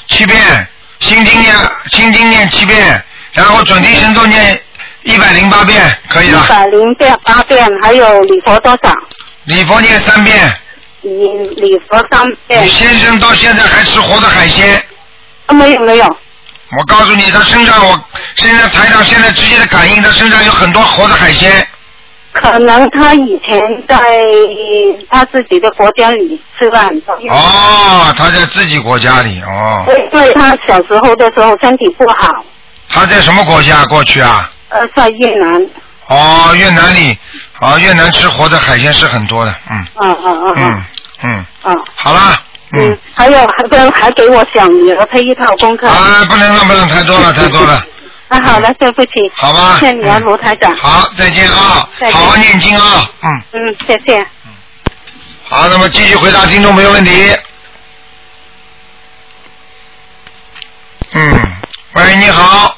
七遍，心经念心经念七遍，然后准提神咒念一百零八遍，可以
一
了。
百零八遍，还有礼佛多少？
礼佛念三遍。
礼礼佛三遍。
你先生到现在还吃活的海鲜？
啊，没有没有。
我告诉你，他身上我身上台长现在直接的感应，他身上有很多活的海鲜。
可能他以前在他自己的国家里吃了很多，
哦，他在自己国家里哦。
因为他小时候的时候身体不好，
他在什么国家？过去啊？
呃，在越南，
哦，越南里，哦，越南吃活的海鲜是很多的，嗯
嗯嗯嗯嗯
嗯嗯，
嗯，
好啦，嗯，
还有还跟还给我小女儿配一套功课。
啊，不能了，不能太多了，太多
*laughs*
了，
那好了，对不起，
好吧
谢谢你啊，
嗯
卢台长。
好，再见啊，
再见
好好念经啊，嗯，
嗯，谢谢。
好，那么继续回答听众朋友问题。嗯，喂，你好，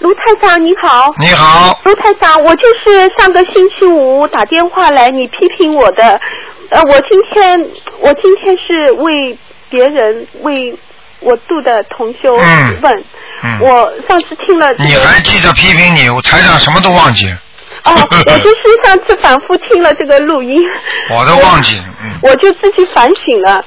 卢台长你好。
你好，
卢台长，我就是上个星期五打电话来，你批评我的。呃，我今天我今天是为别人为我度的同修
嗯
问，
嗯
我上次听了这
你
个
还记得批评你，我台长什么都忘记，
哦，我就是上次反复听了这个录音，
我都忘记，嗯，
我就自己反省了。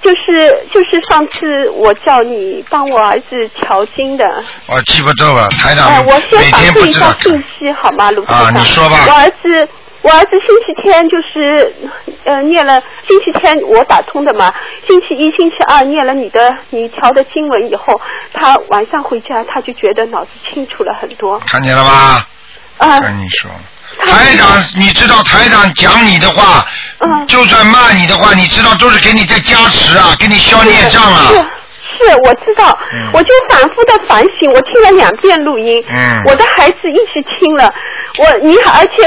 就是就是上次我叫你帮我儿子调经的，
我记不住了，台
哎，
长
我
每
先反
天不
馈一
知
下
道
信息好吗，卢科
啊
长？
你说吧
我儿子，我儿子星期天就是，呃，念了星期天我打通的嘛，星期一、星期二念了你的你调的经文以后，他晚上回家他就觉得脑子清楚了很多。
看见了吧？
啊、
跟你说，台长，你知道台长讲你的话，
嗯
就算骂你的话，你知道都是给你在加持啊，给你消孽障啊。
是，我知道，我就反复的反省，我听了两遍录音，
嗯
我的孩子一起听了，我你而且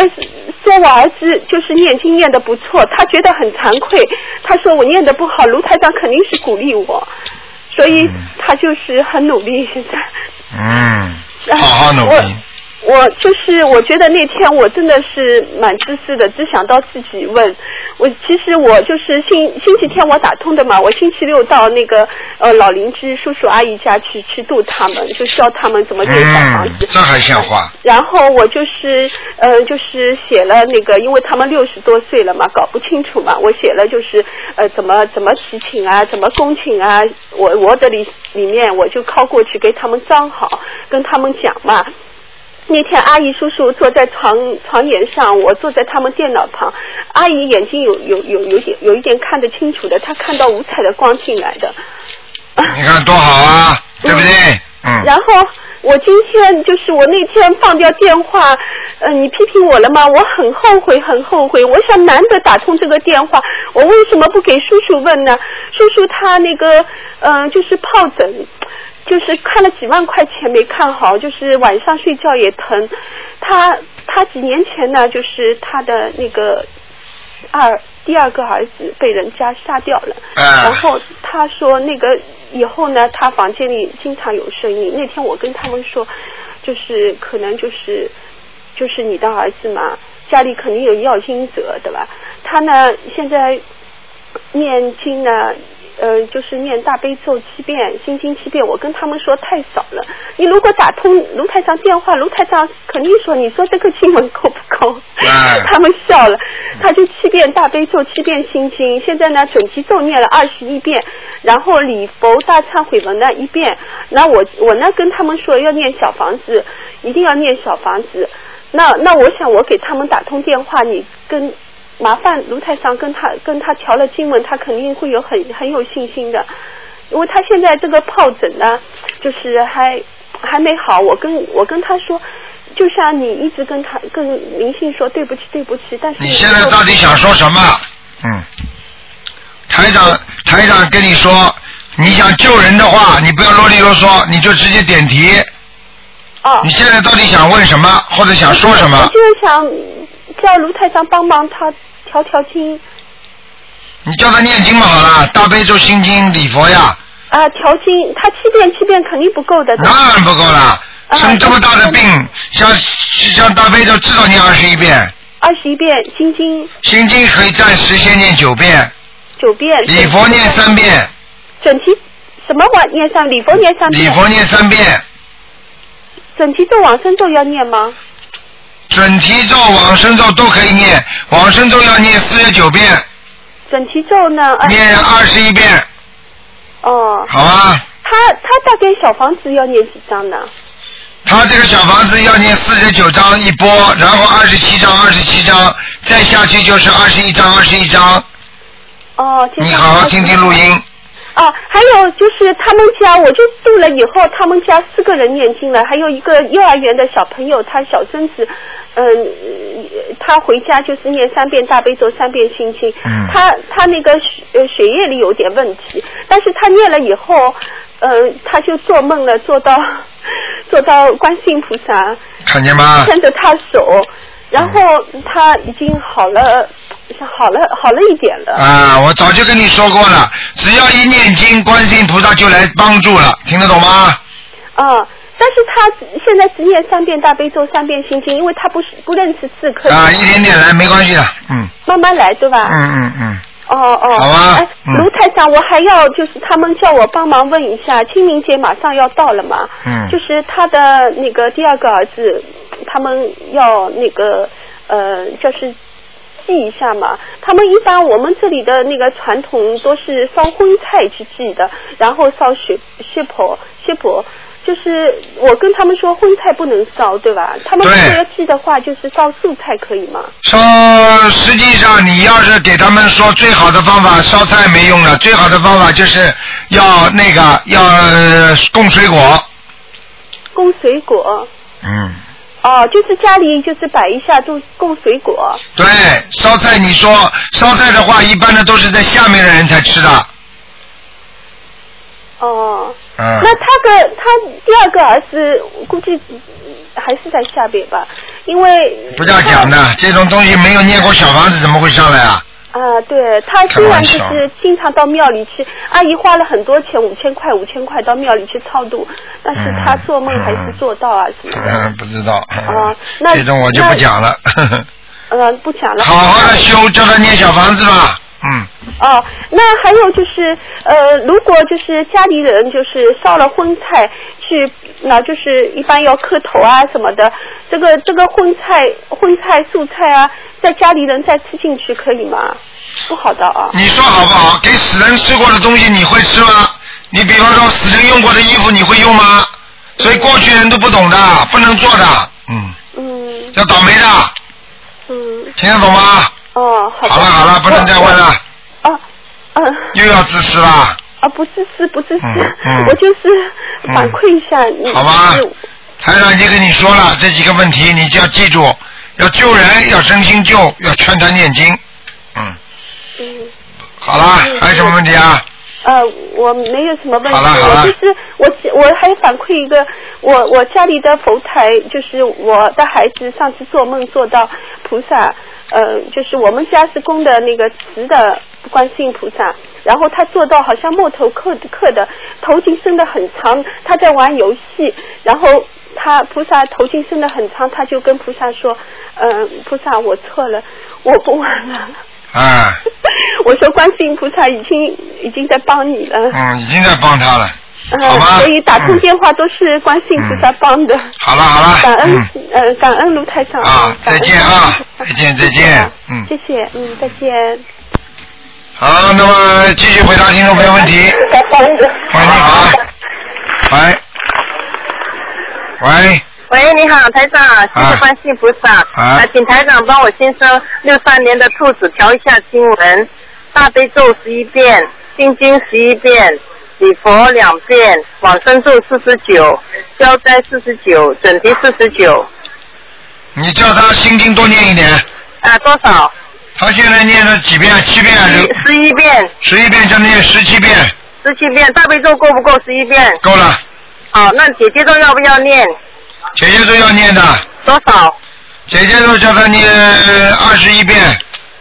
说我儿子就是念经念的不错，他觉得很惭愧，他说我念的不好，卢台长肯定是鼓励我，所以他就是很努力现在。
嗯，
哎
好好努力。
我就是我觉得那天我真的是蛮自私的，只想到自己问。我其实我就是星星期天我打通的嘛，我星期六到那个呃老邻居叔叔阿姨家去去度他们，就教他们怎么对待房
嗯
子。，
这还像话？
然后我就是，呃，就是写了那个，因为他们六十多岁了嘛，搞不清楚嘛，我写了就是，呃，怎么怎么提请啊，怎么恭请啊，我我的里里面我就靠过去给他们张好，跟他们讲嘛。那天阿姨叔叔坐在床床沿上，我坐在他们电脑旁，阿姨眼睛有有有有点有一点看得清楚的，她看到五彩的光进来的，
你看多好啊，对不对？嗯。
然后我今天就是我那天放掉电话，呃，你批评我了吗？我很后悔，很后悔。我想难得打通这个电话，我为什么不给叔叔问呢？叔叔他那个，嗯、就是疱疹，就是看了几万块钱没看好，就是晚上睡觉也疼。他他几年前呢，就是他的那个二第二个儿子被人家杀掉了，
啊
然后他说那个以后呢，他房间里经常有声音。那天我跟他们说，就是可能就是就是你的儿子嘛，家里肯定有要经者对吧？他呢现在念经呢。呃，就是念大悲咒七遍，心经七遍。我跟他们说太少了。你如果打通卢台长电话，卢台长肯定说，你说这个经文够不够？他们笑了，他就七遍大悲咒，七遍心经，现在呢准提咒念了二十一遍，然后礼佛大忏悔文呢一遍。那我我呢跟他们说要念小房子，一定要念小房子。那那我想我给他们打通电话，你跟麻烦卢太上跟他跟他调了经文，他肯定会有很很有信心的，因为他现在这个疱疹呢，就是还还没好。我跟我跟他说，就像你一直跟他跟明信说对不起对不起，但是
你现在到底想说什么？嗯，台长，台长跟你说，你想救人的话，你不要啰里啰嗦，你就直接点题。
哦。嗯
你现在到底想问什么，或者想说什
我
么？
就是想叫卢太上帮忙他调调经
你叫他念经嘛，好了，大悲咒、心经、礼佛呀，
啊、调经，他七遍七遍肯定不够的。
当然不够了。
嗯
生这么大的病，像像大悲咒至少念二十一遍，
二十一遍心经
心经可以暂时先念九遍，
九遍，
礼佛念三遍，
准提什么晚念三，礼佛念三
礼
遍，
佛念三遍，
准提咒往生咒要念吗？
准提咒、往生咒都可以念，往生咒要念四十九遍，
准提咒呢？
念二十一遍。
哦。
好啊。
他他大概小房子要念几张呢？
他这个小房子要念四十九章一波，然后二十七章、二十七章，再下去就是二十一章、二十一章。
哦，这
你
张
好好听听录音。
哦，还有就是他们家，我就住了以后，他们家四个人念经了，还有一个幼儿园的小朋友，他小孙子，嗯、呃他回家就是念三遍大悲咒，三遍心经。
嗯
他他那个血呃血液里有点问题，但是他念了以后，呃，他就做梦了，做到 *laughs* 做到观世音菩萨。
看见吗？
牵着他手，然后他已经好了，好了，好了一点了。
啊，我早就跟你说过了，只要一念经，观世音菩萨就来帮助了，听得懂吗？
啊，但是他现在只念三遍大悲咒，三遍心经，因为他不是不认识字，可以
啊，一点点来，没关系的，嗯
慢慢来，对吧？
啊
嗯嗯嗯，
哦哦，
好啊
哎，
嗯
卢台长，我还要就是他们叫我帮忙问一下，清明节马上要到了嘛，
嗯
就是他的那个第二个儿子，他们要那个呃，就是祭一下嘛。他们一般我们这里的那个传统都是烧荤菜去祭的，然后烧血血婆血婆。就是我跟他们说荤菜不能烧，对吧？他们如果要祭的话，就是烧素菜可以吗？
说实际上你要是给他们说最好的方法烧菜没用了，最好的方法就是要那个要、呃供水果，
供水果。
嗯，
哦，就是家里就是摆一下供供水果。
对，烧菜你说烧菜的话，一般的都是在下面的人才吃的。
哦，
嗯
那他的他第二个儿子估计还是在下边吧，因为
不要讲的，这种东西没有念过小房子怎么会上来啊？
啊、对他
开
虽然
玩
就
笑
是经常到庙里去，阿姨花了很多钱，五千块五千块到庙里去超度，但是他做梦还是做到啊什么的。
嗯，不知道。
啊
嗯，*laughs*
那
这种我就不讲了。 *laughs*
呃，不讲了。
好好的修，叫他念小房子吧。嗯，
哦，那还有就是，呃，如果就是家里人就是烧了荤菜去，那就是一般要磕头啊什么的，这个这个荤菜、荤菜、素菜啊，在家里人再吃进去可以吗？不好的啊。
你说好不好？给死人吃过的东西你会吃吗？你比方说死人用过的衣服你会用吗？所以过去人都不懂的，不能做的，嗯。嗯。要倒霉的。嗯。听得懂吗？
哦，好的。
好了好了，不能再问了，
嗯、
又要自私了。
*laughs* 啊，不自私，不自私，
嗯
我就是反馈一下你。
好吧，台长已经跟你说了这几个问题，你就要记住，要救人，要真心救，要劝他念经。嗯，好啦，还有什么问题啊？
呃，我没有什么问题，
好了好了
我就是我我还反馈一个，我我家里的佛台，就是我的孩子上次做梦做到菩萨，呃，就是我们家是供的那个瓷的观世音菩萨，然后他做到好像木头刻刻的，头巾伸得很长，他在玩游戏，然后他呃菩萨头巾伸得很长，他就跟菩萨说，呃，菩萨我错了，我不玩了。 *laughs*
啊，
我说观世音菩萨已经已经在帮你了，
嗯，已经在帮他了。
嗯、所以打通电话都是观世音菩萨帮的。
嗯好了好了，
感恩、呃感恩卢台长啊，
再见啊，再见再见，嗯，
谢谢嗯再见。
好，那么继续回答听众朋友问题。喂，你好。喂，喂，
喂，你好，台长，谢谢观世音菩萨。
啊
呃请台长帮我先生六三年的兔子调一下经文，大悲咒十一遍，心经十一遍，礼佛两遍，往生咒四十九，消灾四十九，准提四十九。
你叫他心经多念一点。
啊，多少？
他现在念了几遍？啊七遍还是？
十一遍。
十一遍，叫他念十七遍，
十七遍，大悲咒够不够十一遍？
够了。
好，那姐姐咒要不要念？
姐姐都要念的。
多少？
姐姐都叫他念二十一遍。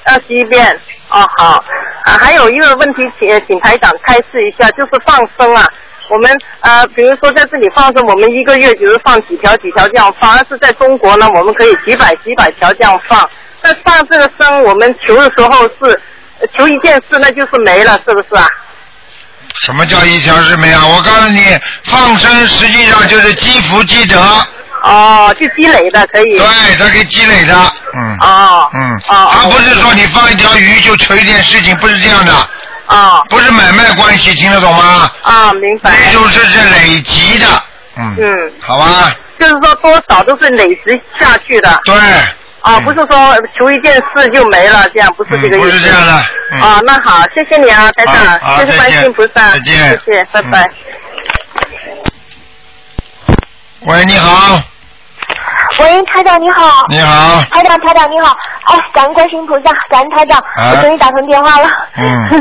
二十一遍。哦，好。啊，还有一个问题，请呃请台长开示一下，就是放生啊。我们呃，比如说在这里放生，我们一个月就是放几条几条这样放，而是在中国呢，我们可以几百几百条这样放。那放这个生，我们求的时候是呃求一件事，那就是没了，是不是啊？
什么叫一条是没啊？我告诉你，放生实际上就是积福积德。
哦，就积累的可以。
对，它可以积累的。嗯。
哦。
嗯。哦。他不是说你放一条鱼就求一件事情，不是这样的。
哦。
不是买卖关系，听得懂吗？
啊，明白。
那就是这累积的，嗯，
嗯，
好吧？
就是说多少都是累积下去的。
对。嗯
啊，不是说求一件事就没了，这样不是这个意思。
不是这样的。嗯
啊，那好，谢谢你啊，台
好
长，
好
谢谢观世音菩萨，
再见嗯
谢谢，拜拜。
喂，你好，
喂，台长你好。
你好。
台长，台长你好。哎，感恩观世音菩萨，感恩台长，
啊
我终于打通电话了。
嗯。
*laughs*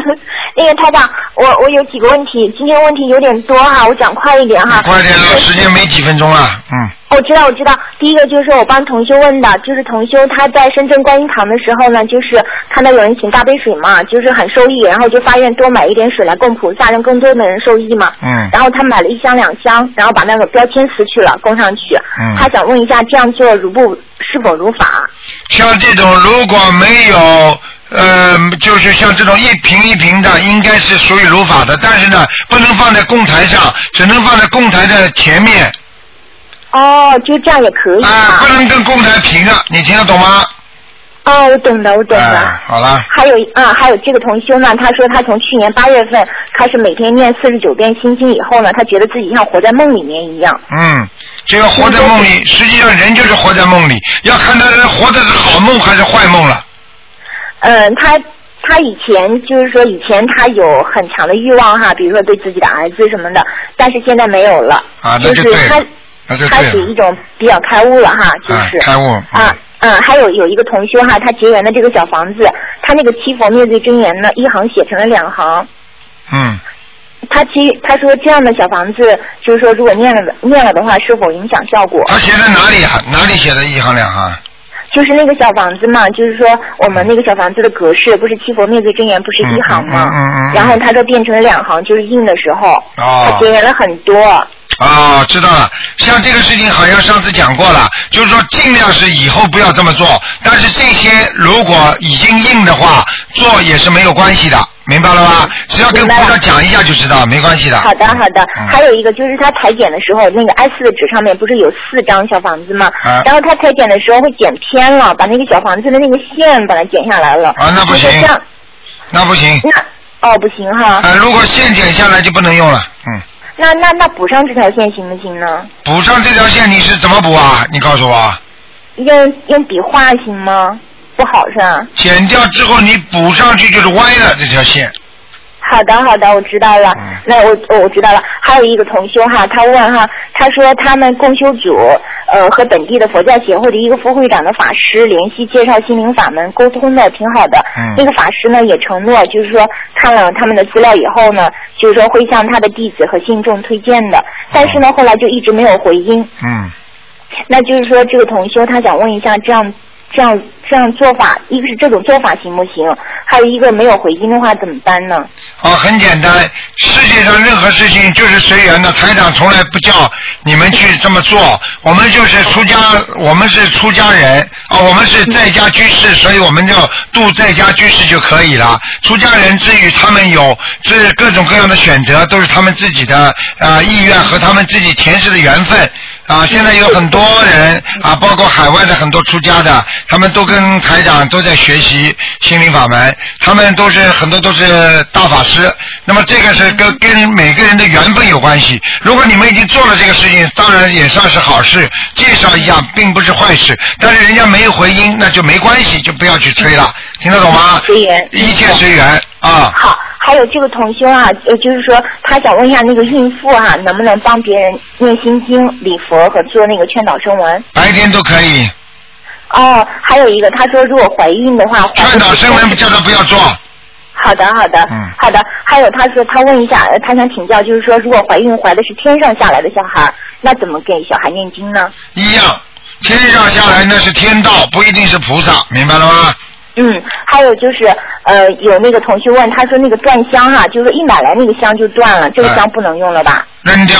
那个台长，我我有几个问题，今天问题有点多哈，我讲快一点哈。
快点了，时间没几分钟了，嗯，
我知道，我知道。第一个就是我帮同修问的，就是同修他在深圳观音堂的时候呢，就是看到有人请大杯水嘛，就是很受益，然后就发愿多买一点水来供菩萨，让更多的人受益嘛。
嗯
然后他买了一箱两箱，然后把那个标签撕去了，供上去。
嗯
他想问一下，这样做如不是否如法？
像这种如果没有。呃，就是像这种一瓶一瓶的，应该是属于如法的，但是呢，不能放在供台上，只能放在供台的前面，
哦，就这样也可以啊。
不能跟供台平啊，你听得懂吗？
哦，我懂了，我懂了。
好了，
还有啊，还有这个同修呢，他说他从去年八月份开始每天念四十九遍心经以后呢，他觉得自己像活在梦里面一样。
嗯，这个活在梦里，实际上人就是活在梦里，要看他是活的是好梦还是坏梦了。
嗯，他他以前就是说以前他有很强的欲望哈，比如说对自己的儿子什么的，但是现在没有了。
啊那就
就
对
是
了
他
那就
他
对
属
了
于一种比较开悟了哈，就
啊
是、，
开悟
啊，嗯，还有有一个同修哈，他结缘的这个小房子，他那个七佛灭罪真言呢，一行写成了两行。
嗯，
他其他说这样的小房子，就是说如果念了的念了的话，是否影响效果？
他写在哪里啊？哪里写的一行啊两行？
就是那个小房子嘛，就是说我们那个小房子的格式不是七佛灭罪真言不是一行嘛，
嗯嗯嗯嗯
然后他说变成了两行，就是印的时候，
哦
他结缘了很多。
哦，知道了。像这个事情好像上次讲过了，就是说尽量是以后不要这么做。但是这些如果已经硬的话，做也是没有关系的，明白了吧？只要跟菩萨讲一下就知道，没关系的。嗯
好的，好的。还有一个就是他裁剪的时候，那个 S 的纸上面不是有四张小房子吗？
啊
然后他裁剪的时候会剪偏了，把那个小房子的那个线把它剪下来了。
啊那不行
就是这样
那不行。
哦，不行哈。
呃，如果线剪下来就不能用了。嗯，
那那那补上这条线行不行呢？
补上这条线你是怎么补啊？你告诉我。
用用笔画行吗？不好是吧？
剪掉之后你补上去就是歪的这条线。
好的，好的，我知道了。那我我我知道了。还有一个同修哈，他问哈，他说他们共修组呃和本地的佛教协会的一个副会长的法师联系介绍心灵法门，沟通的挺好的。
嗯
那个法师呢也承诺，就是说看了他们的资料以后呢，就是说会向他的弟子和信众推荐的。但是呢，后来就一直没有回音。
嗯，
那就是说，这个同修他想问一下，这样这样这样做法，一个是这种做法行不行？还有一个没有回音的话怎么办呢？
哦，很简单，世界上任何事情就是随缘的。台长从来不叫你们去这么做，我们就是出家，我们是出家人啊、我们是在家居士，所以我们就度在家居士就可以了。出家人至于他们有这各种各样的选择，都是他们自己的啊意愿和他们自己前世的缘分。啊，现在有很多人啊，包括海外的很多出家的，他们都跟台长都在学习心灵法门，他们都是很多都是大法师。那么这个是跟跟每个人的缘分有关系。如果你们已经做了这个事情，当然也算是好事，介绍一下并不是坏事。但是人家没有回音，那就没关系，就不要去催了，
嗯
听得懂吗？
随缘，嗯
一切随缘啊。
好，还有这个同修啊，呃，就是说他想问一下那个孕妇啊，能不能帮别人念心经、礼佛和做那个劝导声闻？
白天都可以，
哦，还有一个，他说如果怀孕的话，
劝导声闻叫他不要做。
好的，好的，
嗯
好的。还有，他说他问一下，呃他想请教，就是说如果怀孕怀的是天上下来的小孩儿，那怎么给小孩念经呢？
一样。天上下来那是天道，不一定是菩萨，明白了吗？
嗯，还有就是，呃，有那个同学问，他说那个断香哈、就是一买来那个香就断了，这个香不能用了吧？
哎扔掉。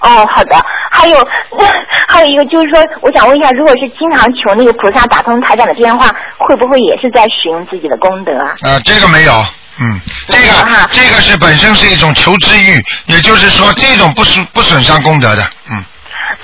哦，好的。还有， *laughs* 还有一个就是说，我想问一下，如果是经常求那个菩萨打通台长的电话，会不会也是在使用自己的功德啊？
啊，这个没有，嗯，这个这个是本身是一种求知欲，也就是说这种不损不损伤功德的，嗯，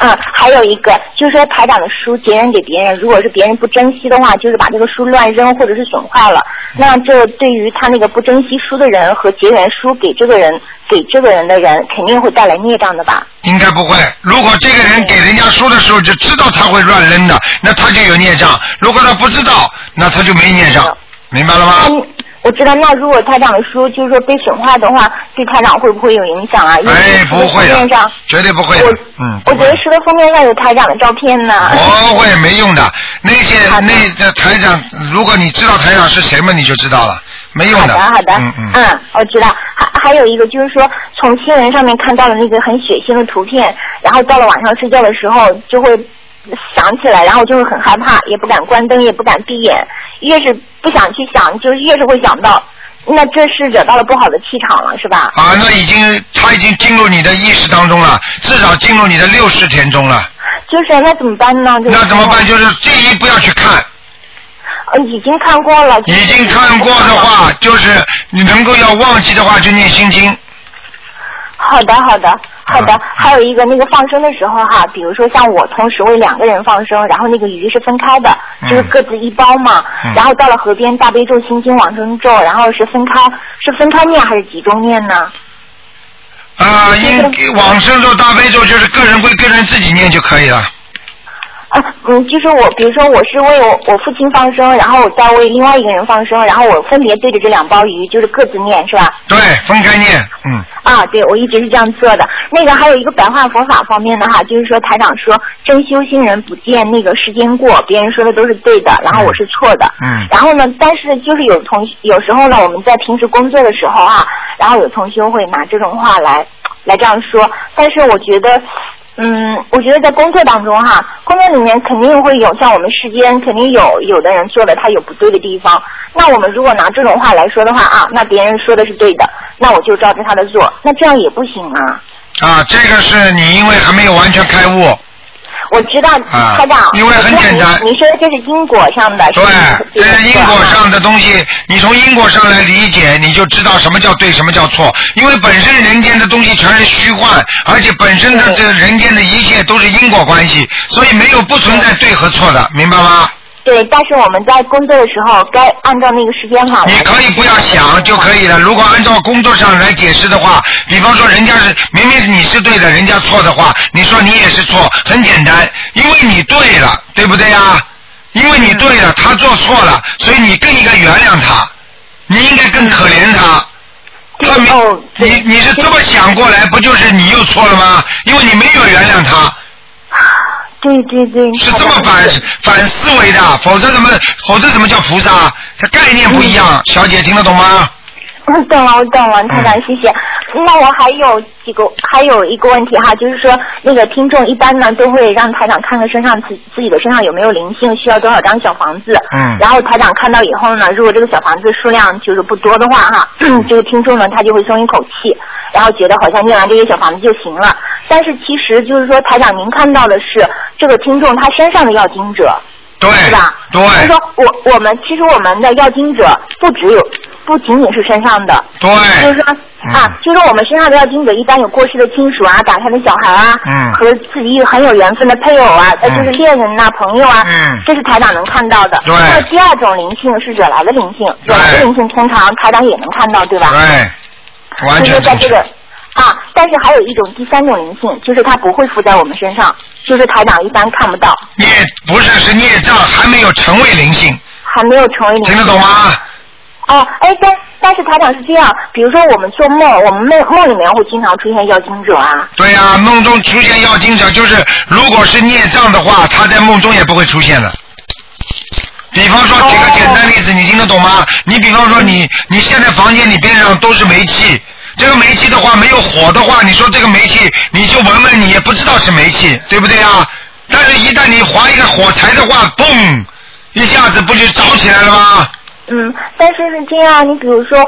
嗯，还有一个就是说，台长的书结缘给别人，如果是别人不珍惜的话，就是把这个书乱扔或者是损坏了，
嗯
那这对于他那个不珍惜书的人和结缘书给这个人给这个人的人，肯定会带来孽障的吧？
应该不会。如果这个人给人家说的时候就知道他会乱扔的，那他就有孽障；如果他不知道，那他就没孽障，明白了吗？
嗯，我知道。那如果台长的书就是说被损坏的话，对台长会不会有影响啊？因为
哎，不会
书的封面
的
上，，
绝对不会的，嗯，
我觉得书的封面上有台长的照片呢。
不会没用的。那些那的台长，如果你知道台长是谁嘛，你就知道了，没用
好的，好的，
嗯嗯。
我知道。还还有一个就是说，从新闻上面看到了那个很血腥的图片，然后到了晚上睡觉的时候就会想起来，然后就会很害怕，也不敢关灯，也不敢闭眼，越是不想去想，就越是会想到。 *laughs* 那这是惹到了不好的气场了，是吧？
啊，那已经他已经进入你的意识当中了，至少进入你的六识田中了。
就是那怎么办呢？
那怎么办？就是第一不要去看，
呃，已经看过了。
已经看过的话，就是你能够要忘记的话，就念心经。
好的，好的，好的。还有一个那个放生的时候哈，比如说像我同时为两个人放生，然后那个鱼是分开的，就是各自一包嘛。
嗯
然后到了河边，大悲咒、心经、往生咒，然后是分开，是分开念还是集中念呢？
啊，因往生咒、大悲咒就是个人归个人自己念就可以了。
啊，嗯，就是我，比如说我是为我我父亲放生，然后我再为另外一个人放生，然后我分别对着这两包鱼，就是各自念，是吧？
对，哎分开念，嗯，
啊，对，我一直是这样做的。那个还有一个白话佛法方面的哈，就是说台长说真修心人不见那个世间过，别人说的都是对的，然后我是错的。
嗯
然后呢，但是就是有同有时候呢，我们在平时工作的时候啊，然后有同修会拿这种话来来这样说，但是我觉得。嗯，我觉得在工作当中哈，工作里面肯定会有像我们世间肯定有有的人做的他有不对的地方。那我们如果拿这种话来说的话啊，那别人说的是对的，那我就照着他的做，那这样也不行啊。
啊，这个是你因为还没有完全开悟，
我知道，
啊
台长，
因为很简单
我知道你你说的这是因果上的，对，
*laughs* 这
*laughs*
是因果哎上的东西，你从因果上来理解，你就知道什么叫对，什么叫错。因为本身人间的东西全是虚幻，而且本身的这人间的一切都是因果关系，所以没有不存在对和错的，明白吗？
对，但是我们在工作的时候该按照那个时间法来。
你可以不要想就可以了。如果按照工作上来解释的话，比方说人家是明明是你是对的，人家错的话，你说你也是错，很简单，因为你对了，对不对啊呀、因为你对
嗯
了，他做错了，所以你更应该原谅他，你应该更可怜他。他没，
哦
你你是这么想过来，不就是你又错了吗？因为你没有原谅他。
对对对，
是这么反反思维的，否则怎么否则怎么叫菩萨？这概念不一
嗯
样，小姐听得懂吗？
我嗯懂了，我懂了，台长，谢谢。那我还有几个，还有一个问题哈，就是说那个听众一般呢都会让台长看看身上自自己的身上有没有灵性，需要多少张小房子。
嗯
然后台长看到以后呢，如果这个小房子数量就是不多的话哈， *clears throat* 这个听众呢他就会松一口气，然后觉得好像念完这些小房子就行了。但是其实就是说，台长您看到的是这个听众他身上的要经者。
对，
是吧？
对。
就是说我我们其实我们的要经者不只有不仅仅是身上的，
对嗯
就是说、啊，就是我们身上的要经者一般有过世的亲属啊、打胎的小孩啊，
嗯
和自己很有缘分的配偶啊，呃，就是恋人呐、朋友啊，
嗯
这是台长能看到的。
对
那么第二种灵性是惹来的灵性，惹来的灵性通常台长也能看到，对吧？
对，哎完
嗯就是
全
在
正确。
这个啊，但是还有一种第三种灵性，就是它不会附在我们身上，就是台长一般看不到，
孽不是是孽障，还没有成为灵性，
还没有成为灵性。
听得懂吗？
哦，哎，但但是台长是这样，比如说我们做梦，我们梦梦里面会经常出现要经者啊。
对呀、梦中出现要经者，就是如果是孽障的话，他在梦中也不会出现的。比方说，举个简单例子，你听得懂吗？你比方说你，你现在房间里边上都是煤气，这个煤气的话没有火的话，你说这个煤气，你就闻闻，你也不知道是煤气，对不对啊？但是，一旦你划一个火柴的话，嘣，一下子不就着起来了吗？
嗯，但是是这样，你比如说，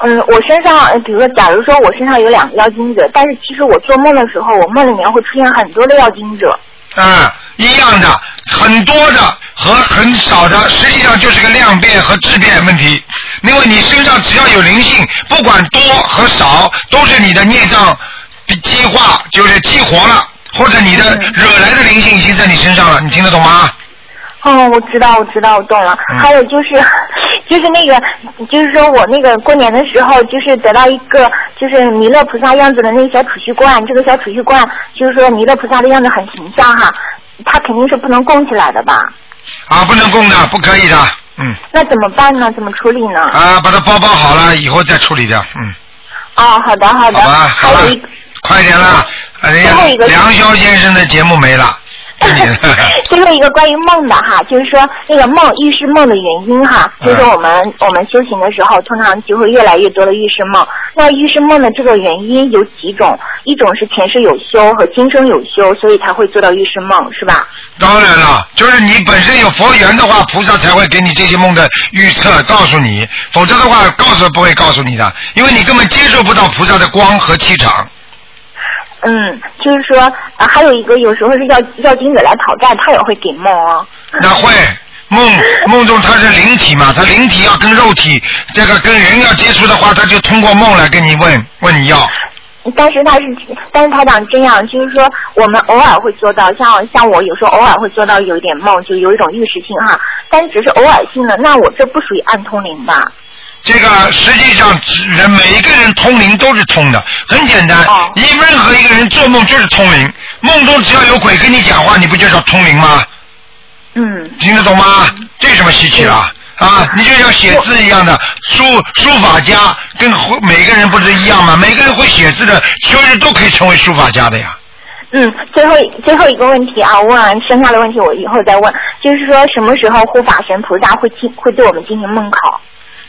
嗯，我身上，呃比如说，假如说我身上有两个要经者，但是其实我做梦的时候，我梦里面会出现很多的要经者。
嗯，一样的，很多的和很少的，实际上就是个量变和质变问题。因为你身上只要有灵性，不管多和少，都是你的孽障激化，就是激活了，或者你
嗯
的惹来的灵性已经在你身上了，你听得懂吗？
哦，我知道，我知道，我懂了。
嗯
还有就是，就是那个，就是说我那个过年的时候，就是得到一个就是弥勒菩萨样子的那个小储蓄罐，这个小储蓄罐就是说弥勒菩萨的样子很形象哈，它肯定是不能供起来的吧？
啊，不能供的，不可以的，嗯
那怎么办呢？怎么处理呢？
啊，把它包包好了，以后再处理掉，嗯，
哦，好的，好的。
好吧，好了，快点啦，啊人
最后一
家
个
梁霄先生的节目没了，给
*laughs*
你了。
最后一个关于梦的哈，就是说那个梦预示梦的原因哈，
嗯
就是我们、我们修行的时候，通常就会越来越多的预示梦。那预示梦的这个原因有几种，一种是前世有修和今生有修，所以才会做到预示梦，是吧？
当然了，就是你本身有佛缘的话，菩萨才会给你这些梦的预测，告诉你，否则的话，告诉不会告诉你的，因为你根本接受不到菩萨的光和气场。
嗯，就是说、呃还有一个有时候是要要经者来讨债，他也会给梦哦。
那会梦梦中他是灵体嘛，他灵体要跟肉体这个跟人要接触的话，他就通过梦来跟你问问你要。
但是他是，但是台长这样，就是说我们偶尔会做到，像像我有时候偶尔会做到有一点梦，就有一种预示性哈，但是只是偶尔性的，那我这不属于暗通灵吧？
这个实际上人每一个人通灵都是通的，很简单。你任何一个人做梦就是通灵，梦中只要有鬼跟你讲话，你不就叫通灵吗？
嗯
听得懂吗？这有什么稀奇了？啊，你就像写字一样的，书书法家跟会每个人不是一样吗？每个人会写字的，所有人都可以成为书法家的呀。
嗯，最后最后一个问题啊，我问完剩下的问题我以后再问，就是说什么时候护法神菩萨会进会对我们进行梦考？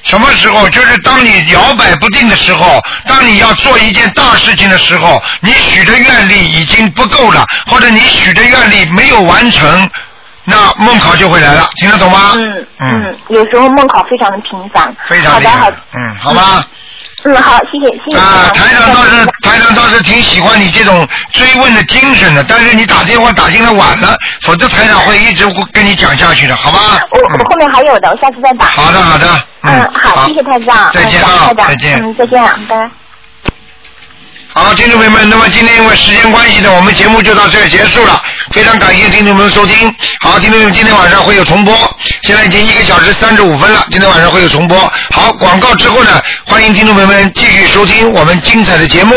什么时候？就是当你摇摆不定的时候，当你要做一件大事情的时候，你许的愿力已经不够了，或者你许的愿力没有完成，那梦考就会来了，听得懂吗？
嗯
嗯，
嗯，有时候梦考非常的频繁。
非常
好
厉
的好
害
的，，
嗯，好吧。
嗯好，谢谢谢谢。
啊，台长倒是台长倒是挺喜欢你这种追问的精神的，但是你打电话打进来晚了，否则台长会一直跟你讲下去的，好吧？嗯
我嗯我后面还有的，我下次再打。
好的，好的，
嗯，好，谢谢台长，
再见啊
嗯感谢台长
再见
嗯，再见啊，拜拜。
好，听众朋友们，那么今天因为时间关系呢，我们节目就到这儿结束了。非常感谢听众朋友收听。好，听众朋友们，今天晚上会有重播，现在已经一个小时三十五分了，今天晚上会有重播。好，广告之后呢，欢迎听众朋友们继续收听我们精彩的节目。